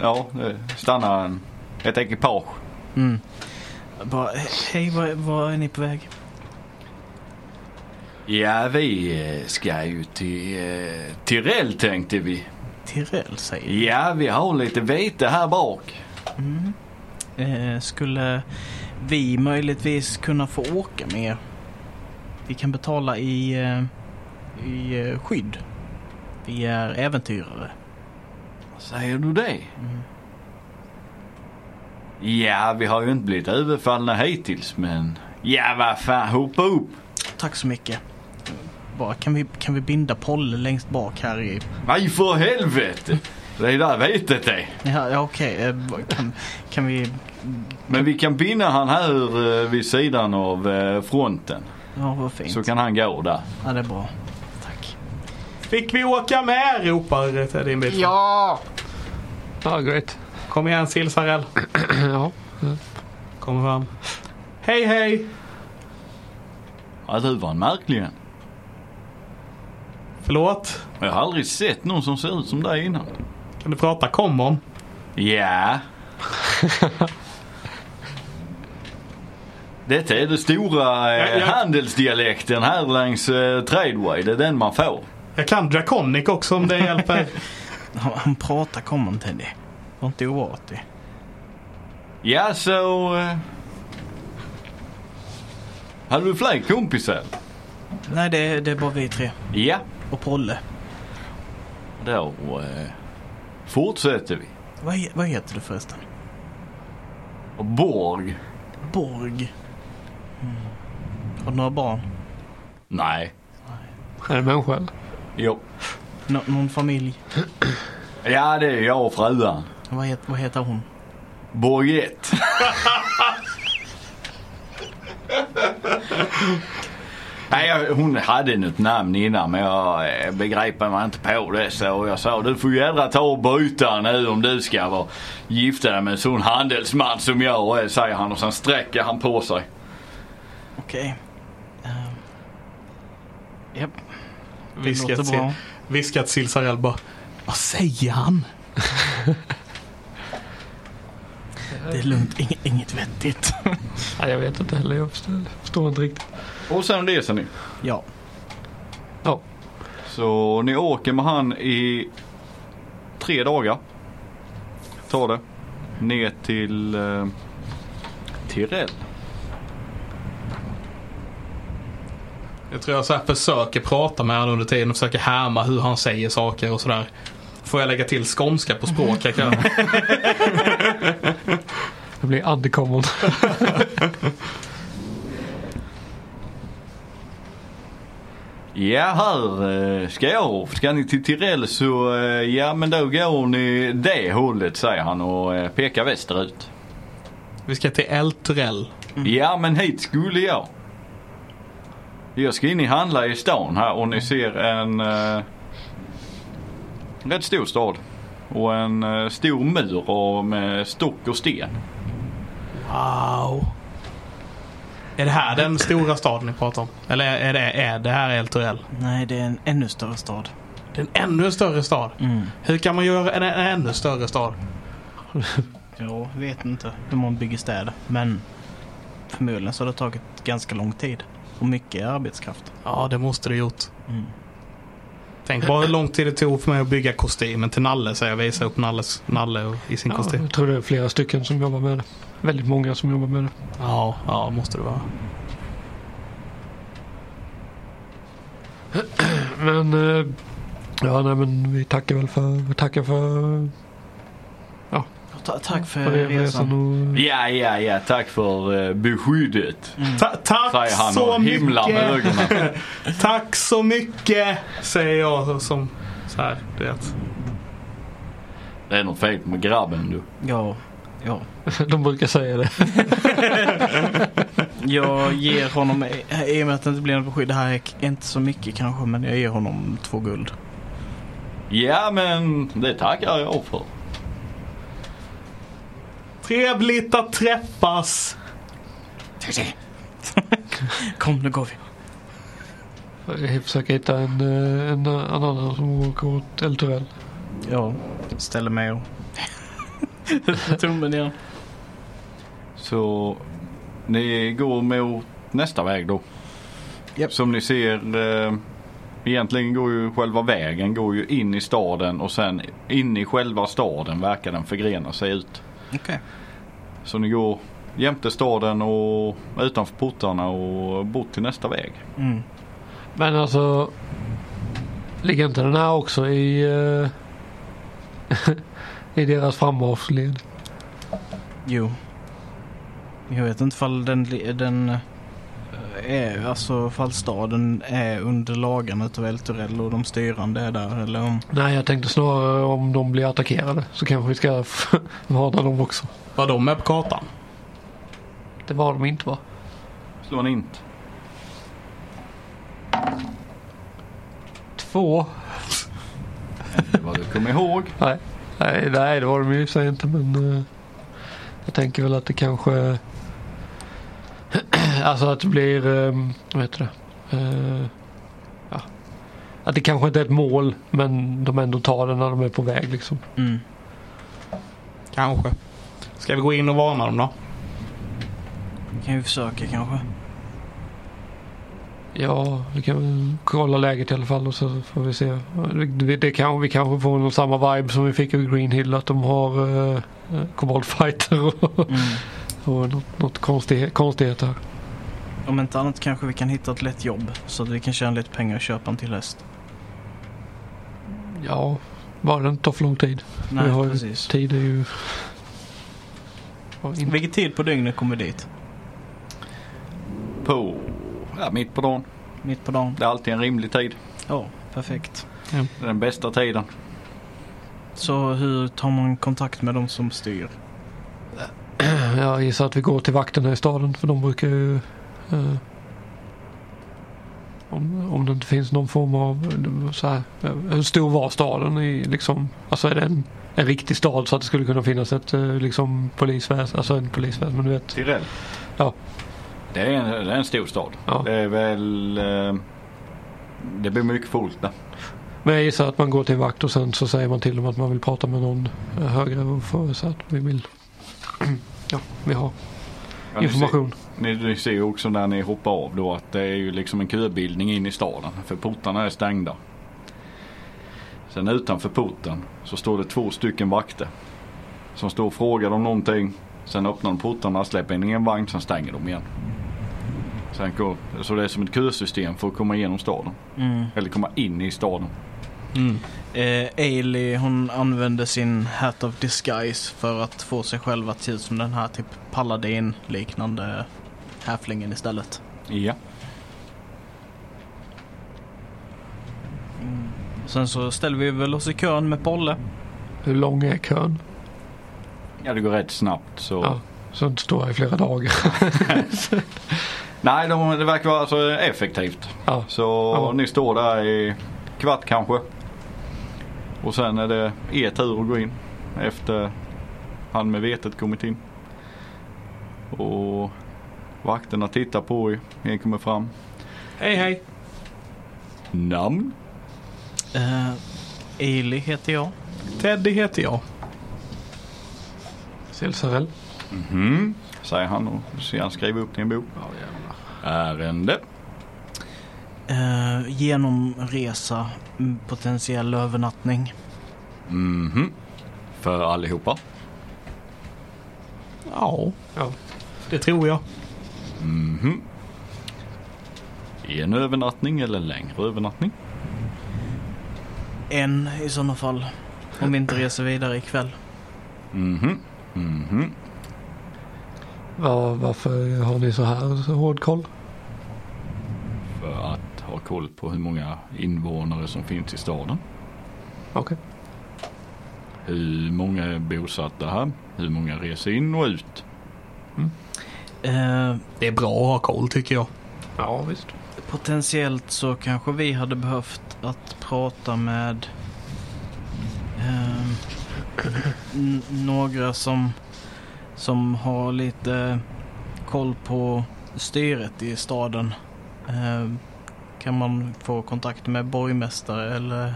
Speaker 2: Ja, det stannar en, ett ekipage.
Speaker 3: Mm. Bara, hej, var, var är ni på väg?
Speaker 2: Ja, vi eh, ska ju till eh, Tyrell tänkte vi.
Speaker 3: Tirell säger
Speaker 2: Ja, vi har lite vete här bak.
Speaker 3: eh, Skulle vi möjligtvis kunna få åka med er? Vi kan betala i, eh, i eh, skydd. Vi är äventyrare.
Speaker 2: Vad säger du det? Mm. Ja, vi har ju inte blivit överfallna hittills, men... Ja, vad fan, hoppa upp!
Speaker 3: Tack så mycket. Bara, kan, vi, kan vi binda Polle längst bak här i...
Speaker 2: Nej, för helvete! Det är där vetet är.
Speaker 3: Ja, ja okej. eh, Kan, kan vi...
Speaker 2: Men vi kan binda han här eh, vid sidan av eh, fronten.
Speaker 3: Ja, vad fint.
Speaker 2: Så kan han gå där.
Speaker 3: Ja, det är bra. Tack.
Speaker 1: Fick vi åka med? ropar Teddy en bit. fram.
Speaker 5: Ja!
Speaker 4: Ja, great.
Speaker 1: Kom igen Silsarell.
Speaker 4: Ja.
Speaker 1: Kom fram. Hej hej!
Speaker 2: Ja, du var en märklig en.
Speaker 1: Förlåt?
Speaker 2: Jag har aldrig sett någon som ser ut som dig innan.
Speaker 1: Kan du prata kommon?
Speaker 2: Ja. Detta är den stora eh,
Speaker 1: Ja, ja.
Speaker 2: handelsdialekten här längs eh, Tradeway. Det är den man får.
Speaker 1: Jag kan Draconic också om det hjälper.
Speaker 3: Han, han pratar common Teddy. Var inte oartig.
Speaker 2: Ja, så... Eh, hade du fler kompisar?
Speaker 3: Nej, det, det är bara vi tre.
Speaker 2: Ja,
Speaker 3: Och Polle.
Speaker 2: då eh, fortsätter vi.
Speaker 3: Vad, he- vad heter du förresten?
Speaker 2: Och Borg?
Speaker 3: Borg. Mm. Har du några barn?
Speaker 2: Nej.
Speaker 4: Är det människa eller?
Speaker 2: Jo.
Speaker 3: Nå- någon familj?
Speaker 2: Ja, det är jag och fruan.
Speaker 3: Vad, het, vad heter hon?
Speaker 2: Borgett. Nej, jag, hon hade något namn innan men jag eh, begreper mig inte på det så jag sa du får jädra ta och byta nu om du ska vara gifta dig med en sån handelsman som jag är säger han och sen sträcker han på sig.
Speaker 3: Okej. Ehm. Japp, det
Speaker 1: Viskat,
Speaker 3: låter bra.
Speaker 1: Sil- viskat Silsarell bara. Vad säger han?
Speaker 3: Det är lugnt. Inget, inget vettigt.
Speaker 4: Nej, jag vet inte heller. Jag förstår, förstår inte riktigt.
Speaker 2: Och sen reser ni.
Speaker 3: ja.
Speaker 4: Ja.
Speaker 2: Så ni åker med han i tre dagar. Tar det. Ner till eh, Tirell.
Speaker 1: Jag tror jag så här försöker prata med honom under tiden och försöker härma hur han säger saker och sådär. Får jag lägga till skånska på språk? Jag kan.
Speaker 4: Det blir anticommon.
Speaker 2: Ja här, eh, ska jag? Ska ni till Tirell så eh, ja men då går ni det hållet säger han och eh, pekar västerut.
Speaker 1: Vi ska till Eltrell.
Speaker 2: Ja men hit skulle jag. Jag ska in och handla i stan här och ni ser en eh, rätt stor stad. Och en eh, stor mur och med stock och sten.
Speaker 1: Wow. Är det här den stora staden ni pratar om? Eller är det, är det här Eltrell?
Speaker 3: Nej, det är en ännu större stad.
Speaker 1: Det är en ännu större stad. Mm. Hur kan man göra en, en ännu större stad?
Speaker 3: Ja, vet inte. De man bygger städer. Men förmodligen så har det tagit ganska lång tid. Och mycket arbetskraft.
Speaker 1: Ja, det måste det gjort.
Speaker 3: Mm.
Speaker 1: Tänk bara hur lång tid det tog för mig att bygga kostymen till Nalle så jag visar upp Nalles, Nalle och- i sin
Speaker 4: Ja,
Speaker 1: kostym.
Speaker 4: jag tror det är flera stycken som jobbar med det. Väldigt många som jobbar med det.
Speaker 1: Ja, ja måste det vara.
Speaker 4: Men, eh, ja, nej, men vi tackar väl för, vi tackar för,
Speaker 3: Ta- tack för
Speaker 4: för det, resan.
Speaker 3: resan.
Speaker 4: Och,
Speaker 2: Ja ja ja tack för eh, beskyddet.
Speaker 1: Ta- tack
Speaker 2: Säger han
Speaker 1: så
Speaker 2: och himlar med
Speaker 1: mycket!
Speaker 2: ögonen.
Speaker 1: Tack så mycket! Säger jag som så här, du vet.
Speaker 2: Det är något fel med grabben du.
Speaker 3: Ja, ja.
Speaker 4: de brukar säga det.
Speaker 3: Jag ger honom, eh, i och med att det inte blir något beskydd, det här är inte så mycket kanske, men jag ger honom två guld.
Speaker 2: Ja men det tackar jag för.
Speaker 1: Trevligt att träffas!
Speaker 3: Kom nu går vi.
Speaker 4: Jag försöker hitta en, eh, en, en annan som åker åt Elturell.
Speaker 3: Ja, ställer mig och... Tummen igen.
Speaker 2: Så ni går mot nästa väg då.
Speaker 3: Japp.
Speaker 2: Som ni ser eh, egentligen går ju själva vägen går ju in i staden och sen in i själva staden verkar den förgrena sig ut.
Speaker 3: Okej.
Speaker 2: Så ni går jämte staden och utanför portarna och bort till nästa väg.
Speaker 3: Mm.
Speaker 4: Men alltså, ligger inte den här också i, eh, i deras frammarschled?
Speaker 3: Jo. Jag vet inte fall den, li- den eh, är, alltså fall staden är under lagarna utav Elturell och de styrande är där eller om...
Speaker 4: Nej, jag tänkte snarare om de blir attackerade så kanske vi ska varna dem också.
Speaker 1: Var de med på kartan?
Speaker 4: Det var de inte va?
Speaker 2: Slår ni inte?
Speaker 4: Två?
Speaker 2: Det var du kom ihåg.
Speaker 4: Nej, nej, nej det var de ju i och för sig inte men eh, jag tänker väl att det kanske alltså att det blir, um, vad heter det? Eh, ja. Att det kanske inte är ett mål men de ändå tar det när de är på väg liksom.
Speaker 3: Mm.
Speaker 1: Kanske. Ska vi gå in och varna dem då?
Speaker 3: Kan vi försöka kanske?
Speaker 4: Ja, vi kan väl kolla läget i alla fall och så får vi se. Det, det kan, vi kanske får någon samma vibe som vi fick över Green Hill att de har uh, koboldfighter och,
Speaker 3: Mm.
Speaker 4: och något, något konstighet, konstighet här.
Speaker 3: Om inte annat kanske vi kan hitta ett lätt jobb så att vi kan tjäna lite pengar och köpa en till häst.
Speaker 4: Ja, bara det inte tar för lång tid. vi har
Speaker 3: Nej,
Speaker 4: ju
Speaker 3: precis.
Speaker 4: tid är ju... Ja, in-
Speaker 3: Vilken tid på dygnet kommer vi dit?
Speaker 2: På, ja, mitt på dagen.
Speaker 3: Mitt på dagen?
Speaker 2: Det är alltid en rimlig tid.
Speaker 3: Ja, perfekt.
Speaker 2: Det är den bästa tiden.
Speaker 3: Så hur tar man kontakt med de som styr?
Speaker 4: Jag gissar att vi går till vakterna i staden för de brukar ju... Eh, om, om det inte finns någon form av... Så här, eh, hur stor var staden? I, liksom, alltså är det en, en riktig stad så att det skulle kunna finnas ett eh, liksom, polisväsen? Alltså en polisväsen, men du vet.
Speaker 2: Tirell?
Speaker 4: Ja.
Speaker 2: Det är en, det är en stor stad.
Speaker 4: Ja.
Speaker 2: Det är väl... Eh, det blir mycket folk där.
Speaker 4: Men jag gissar att man går till en vakt och sen så säger man till dem att man vill prata med någon eh, högre och för, så att vi vill... ja, vi har
Speaker 2: Ja,
Speaker 4: information.
Speaker 2: Ni ser, ni, ni ser ju också när ni hoppar av då att det är ju liksom en köbildning in i staden. För portarna är stängda. Sen utanför porten så står det två stycken vakter. Som står och frågar om någonting. Sen öppnar de portarna, släpper in i en vagn, sen stänger de igen. Sen går, så det är som ett kösystem för att komma igenom staden.
Speaker 3: Mm.
Speaker 2: Eller komma in i staden.
Speaker 1: Mm.
Speaker 3: Eh, Ailey, hon använde sin Hat of Disguise för att få sig själv att se ut som den här typ Paladin-liknande häflingen istället.
Speaker 2: Ja.
Speaker 3: Sen så ställer vi väl oss i kön med Polle.
Speaker 4: Hur lång är kön?
Speaker 2: ja, det går rätt snabbt så.
Speaker 4: Ja. Så inte står jag i flera dagar.
Speaker 2: Nej, de, det verkar vara alltså effektivt.
Speaker 4: Ja.
Speaker 2: Så
Speaker 4: Ja.
Speaker 2: ni står där i kvart kanske. Och sen är det er tur att gå in. Efter han med vetet kommit in. Och vakterna tittar på er. Ni kommer fram.
Speaker 3: Hej hej!
Speaker 2: Namn?
Speaker 3: Eh, Ailey heter jag.
Speaker 1: Teddy heter jag.
Speaker 4: Silsarell.
Speaker 2: Mm. Säger han och ser han skriva upp det i en bok. Ärende?
Speaker 3: Eh, genomresa, m, potentiell övernattning.
Speaker 2: Mhm. För allihopa?
Speaker 1: Ja,
Speaker 4: Ja.
Speaker 1: det tror jag.
Speaker 2: Mhm. En övernattning eller längre övernattning?
Speaker 3: En i sådana fall. Om vi inte reser vidare ikväll.
Speaker 2: Mhm. Mhm.
Speaker 4: Ja, varför har ni så här så hård koll?
Speaker 2: För att ha koll på hur många invånare som finns i staden.
Speaker 4: Okej.
Speaker 2: Hur många är bosatta här? Hur många reser in och ut?
Speaker 3: Eh,
Speaker 1: Det är bra att ha koll tycker jag.
Speaker 4: Ja, visst.
Speaker 3: Potentiellt så kanske vi hade behövt att prata med ehm, n- några som, som har lite koll på styret i staden. Ehm, kan man få kontakt med borgmästare eller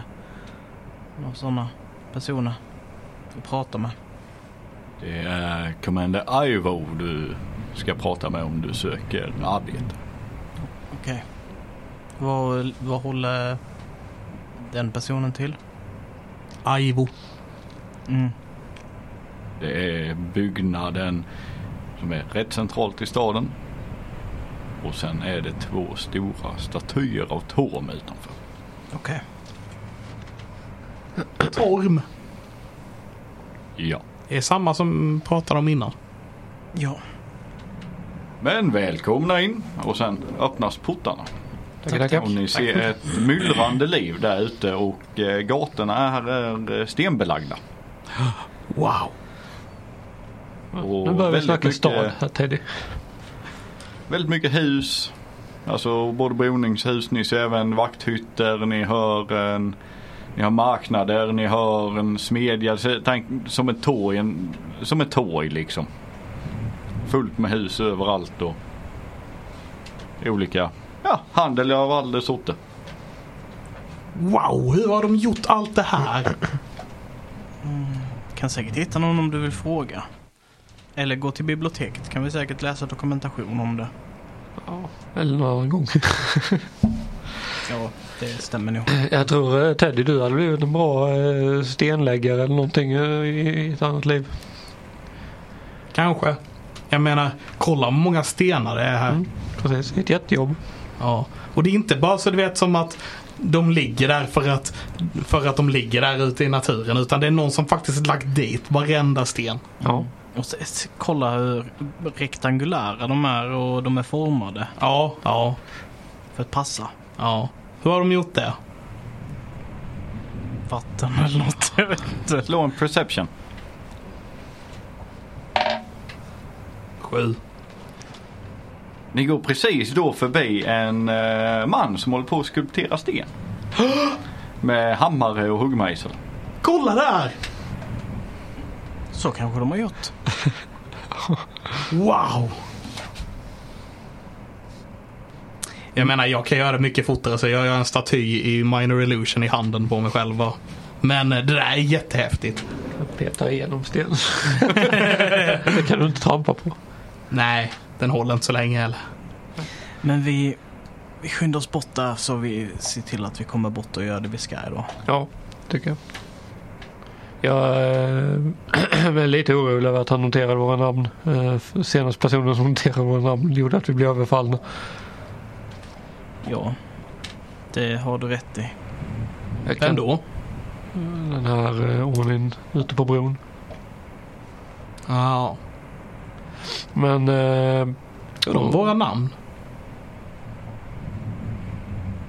Speaker 3: några sådana personer att prata med?
Speaker 2: Det är Commander Ivo du ska prata med om du söker arbete.
Speaker 3: Okej. Vad, vad håller den personen till?
Speaker 1: Aivo.
Speaker 3: Mm.
Speaker 2: Det är byggnaden som är rätt centralt i staden. Och sen är det två stora statyer av Torm utanför.
Speaker 3: Okej.
Speaker 1: Torm.
Speaker 2: Ja.
Speaker 1: Det är samma som pratade om innan.
Speaker 3: Ja.
Speaker 2: Men välkomna in och sen öppnas portarna.
Speaker 4: Tackar,
Speaker 2: Och
Speaker 4: tackar.
Speaker 2: ni ser ett myllrande liv där ute och eh, gatorna är, är eh, stenbelagda.
Speaker 1: Wow.
Speaker 2: Och
Speaker 4: Nu börjar vi
Speaker 2: väldigt
Speaker 4: snacka
Speaker 2: mycket-
Speaker 4: stad här Teddy.
Speaker 2: Väldigt mycket hus. Alltså både boningshus, ni ser även vakthytter, ni hör en ni har marknader, ni hör en smedja, Så tänk som ett torg, en, som ett torg liksom. Fullt med hus överallt och olika, ja handel av alla sorter.
Speaker 1: Wow, hur har de gjort allt det här?
Speaker 3: Kan säkert hitta någon om du vill fråga. Eller gå till biblioteket kan vi säkert läsa dokumentation om det.
Speaker 4: Eller någon annan gång.
Speaker 3: Ja, det stämmer nog.
Speaker 4: Jag tror eh, Teddy du hade blivit en bra eh, stenläggare eller någonting eh, i i ett annat liv.
Speaker 1: Kanske. Jag menar, kolla hur många stenar det är här.
Speaker 4: Mm. Precis, ett jättejobb.
Speaker 1: Ja. Och det är inte bara så du vet som att de ligger där för att, för att de ligger där ute i naturen. Utan det är någon som faktiskt lagt dit varenda sten.
Speaker 4: Ja.
Speaker 3: Och så, s- kolla hur rektangulära de är och de är formade
Speaker 1: Ja, ja,
Speaker 3: för att passa
Speaker 1: ja. Hur har de gjort det?
Speaker 3: vatten eller något. Jag vet inte.
Speaker 2: Slå en perception.
Speaker 1: Sju.
Speaker 2: Ni går precis då förbi en eh, man som håller på att skulptera sten. Med hammare och huggmejsel.
Speaker 1: Kolla där!
Speaker 3: Så kanske de har gjort.
Speaker 1: Wow! Jag menar, jag kan göra det mycket fortare så jag gör en staty i Minor Illusion i handen på mig själv. va. Men eh, det där är jättehäftigt.
Speaker 4: Jag petar igenom sten. det kan du inte trampa på.
Speaker 1: Nej, den håller inte så länge heller.
Speaker 3: Men vi, vi skyndar oss bort där så vi ser till att vi kommer bort och gör det vi ska då.
Speaker 4: Ja, tycker jag. Jag eh, är lite orolig över att han noterade våra namn. Eh, Senast personen som noterade våra namn gjorde att vi blev överfallna.
Speaker 3: Ja, det har du rätt i.
Speaker 5: Jag
Speaker 1: Vem
Speaker 5: kan,
Speaker 1: då?
Speaker 4: Den här eh, Orlin ute på bron.
Speaker 1: Ja,
Speaker 4: Men eh,
Speaker 1: gör de våra namn?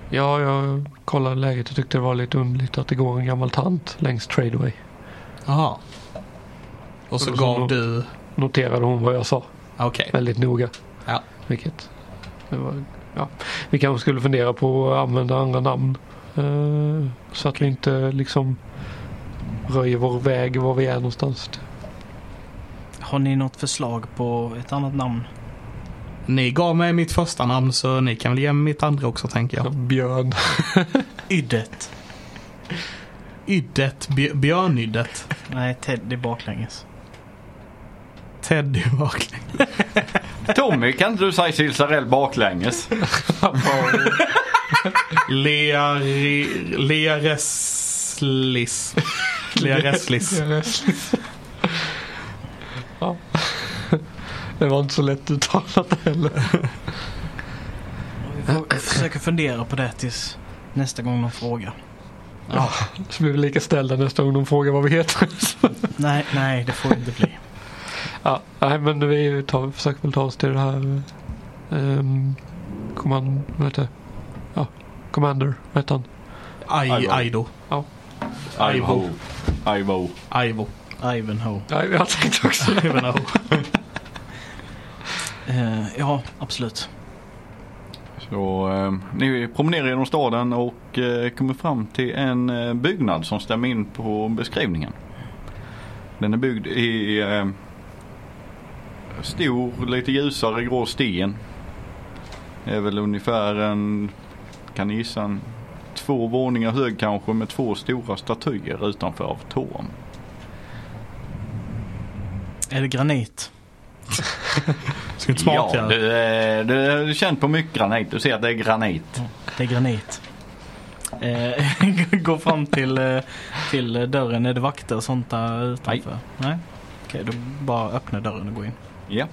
Speaker 4: ja, jag kollade läget och tyckte det var lite underligt att det går en gammal tant längs Tradeway.
Speaker 1: Jaha. Och så
Speaker 4: Och
Speaker 1: gav
Speaker 4: så-
Speaker 1: du...
Speaker 4: Noterade hon vad jag sa
Speaker 1: Okej.
Speaker 4: väldigt noga.
Speaker 1: Ja.
Speaker 4: Vilket, det var, ja. Vi kanske skulle fundera på att använda andra namn. Eh, så att vi inte liksom röjer vår väg var vi är någonstans.
Speaker 3: Har ni något förslag på ett annat namn?
Speaker 1: Ni gav mig mitt första namn så ni kan väl ge mig mitt andra också tänker jag.
Speaker 4: Liksom. Björn.
Speaker 3: Yddet.
Speaker 1: Yddet. Bj- Björnyddet.
Speaker 3: Nej, Ted, det är baklänges.
Speaker 1: Teddy Barkley.
Speaker 2: Tommy, kan inte du säga Silsarell baklänges?
Speaker 1: Leari- Leareslis. Leareslis.
Speaker 4: ja. Det var inte så lätt uttalat heller.
Speaker 3: Vi får försöka fundera på det tills nästa gång någon frågar.
Speaker 4: Så blir vi lika ställda nästa gång de frågar vad vi heter.
Speaker 3: Nej, nej, det får det inte bli.
Speaker 4: ja, nej men vi tar, försöker väl ta oss till det här. Um, command, vad heter det? Ja, Commander, vad heter han?
Speaker 1: Aj,
Speaker 2: Ivo.
Speaker 1: Aido.
Speaker 2: Ivo. Ivo.
Speaker 1: Ivo.
Speaker 3: Ivanhoe.
Speaker 4: Nej, jag tänkte också.
Speaker 1: Ivanhoe.
Speaker 3: Eh, ja, absolut.
Speaker 2: Så eh, ni promenerar genom staden och eh, kommer fram till en eh, byggnad som stämmer in på beskrivningen. Den är byggd i eh, stor, lite ljusare grå sten. Det är väl ungefär en, kan ni gissa, en, två våningar hög kanske med två stora statyer utanför av torn.
Speaker 3: Är det granit?
Speaker 1: Ska inte
Speaker 2: Ja,
Speaker 1: smaka?
Speaker 2: du, eh, du är känt på mycket granit. Du ser att det är granit.
Speaker 3: Det är granit. Eh, gå fram till, eh, till eh, dörren. Är det vakter och sånt där utanför? Nej. Okej, då bara öppna dörren och gå in.
Speaker 2: Ja.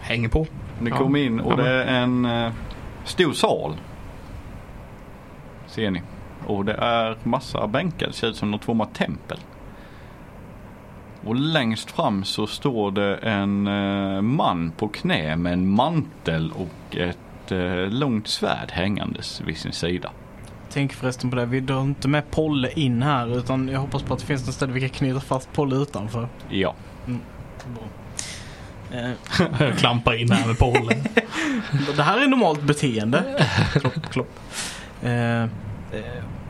Speaker 1: Hänger på.
Speaker 2: Ni
Speaker 4: Ja.
Speaker 2: kommer in
Speaker 4: Ja,
Speaker 2: och
Speaker 4: men-
Speaker 2: det är en eh, stor sal. Ser ni. Och det är massa bänkar. Det ser ut som något form av tempel. Och längst fram så står det en eh, man på knä med en mantel och ett eh, långt svärd hängandes vid sin sida.
Speaker 3: Tänk förresten på det, vi drar inte med Polle in här utan jag hoppas på att det finns något ställe vi kan knyta fast Polle utanför.
Speaker 2: Ja.
Speaker 3: Eh,
Speaker 1: Klampar in här med pollen.
Speaker 3: det här är normalt beteende. klopp, klopp. Eh, eh,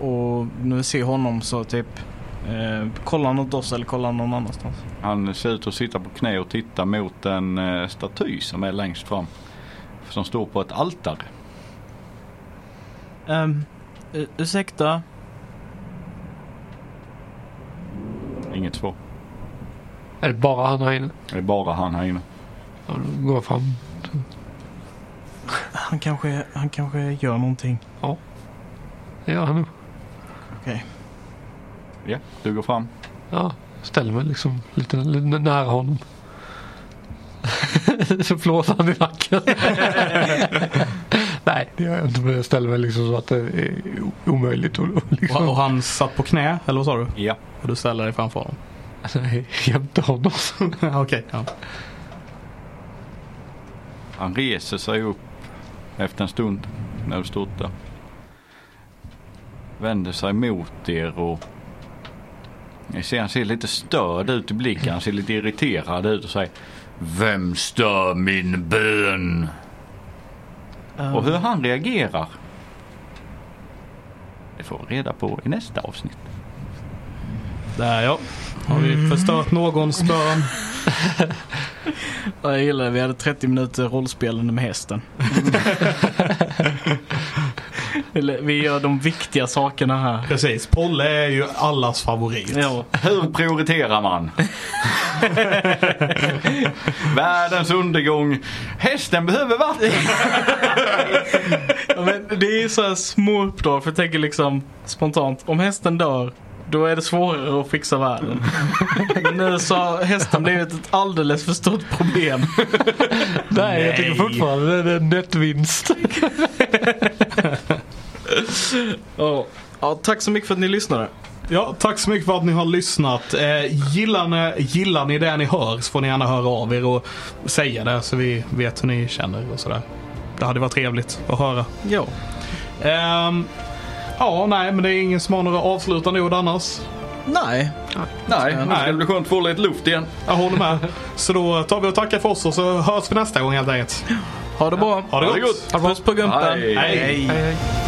Speaker 3: och nu ser jag honom så typ eh, kollar han åt oss eller kollar han någon annanstans?
Speaker 2: Han ser ut att sitta på knä och titta mot en eh, staty som är längst fram. Som står på ett altare.
Speaker 3: Um, ursäkta?
Speaker 2: Inget svar.
Speaker 4: Är det bara han här inne?
Speaker 2: Det är bara han här inne.
Speaker 4: Ja, då går jag fram.
Speaker 3: Han kanske, han kanske gör någonting.
Speaker 4: Det gör han nog.
Speaker 2: Ja, du går fram.
Speaker 4: Ja, ställer mig liksom lite, lite nära honom. så flåsar han i nacken. Nej, det gör jag inte. Men jag ställer mig liksom så att det är o- omöjligt. Och, och
Speaker 1: Och, och
Speaker 4: liksom,
Speaker 1: han satt på knä, eller vad sa du?
Speaker 2: Ja.
Speaker 1: Och du ställer dig framför honom?
Speaker 4: nej, jämte honom.
Speaker 1: Okej. ja.
Speaker 2: Han reser sig upp efter en stund när du stått där. Vänder sig mot er och ni ser han ser lite störd ut i blicken. Han ser lite irriterad ut och säger Vem stör min bön?
Speaker 3: Ehm,
Speaker 2: Och hur han reagerar. Det får vi reda på i nästa avsnitt.
Speaker 1: Där ja. Har vi förstört någons bön?
Speaker 3: Ja, Jag gillar det. Vi hade 30 minuter rollspelande med hästen. Eller, vi gör de viktiga sakerna här.
Speaker 1: Precis. Polle är ju allas favorit.
Speaker 3: Ja,
Speaker 2: Hur prioriterar man? Världens undergång. Hästen behöver vatten.
Speaker 3: ja, men det är ju så här små uppdrag för jag tänker liksom spontant, om hästen dör då är det svårare att fixa världen. Men nu så har hästen blivit ett alldeles för stort problem.
Speaker 4: nej, jag tycker fortfarande det är en nätvinst.
Speaker 3: Ja. Ja, tack så mycket för att ni lyssnade.
Speaker 1: Ja, tack så mycket för att ni har lyssnat. Eh, gillar, ni, gillar ni det ni hör så får ni gärna höra av er och säga det så vi vet hur ni känner och sådär. Det hade varit trevligt att höra.
Speaker 3: Ja.
Speaker 1: Ehm, ja, nej, men det är ingen som har några avslutande ord annars.
Speaker 3: Nej.
Speaker 2: Nej, nu ska
Speaker 1: Nej.
Speaker 2: det bli skönt att få lite luft igen.
Speaker 1: Jag håller med. Så då tar vi och tackar för oss och så hörs vi nästa gång helt enkelt.
Speaker 3: Ha det bra.
Speaker 1: Ha det
Speaker 2: Ha det
Speaker 1: gott!
Speaker 2: gott.
Speaker 3: Puss på gumpen.
Speaker 2: Hej.
Speaker 1: Hej.
Speaker 4: Hej, hej.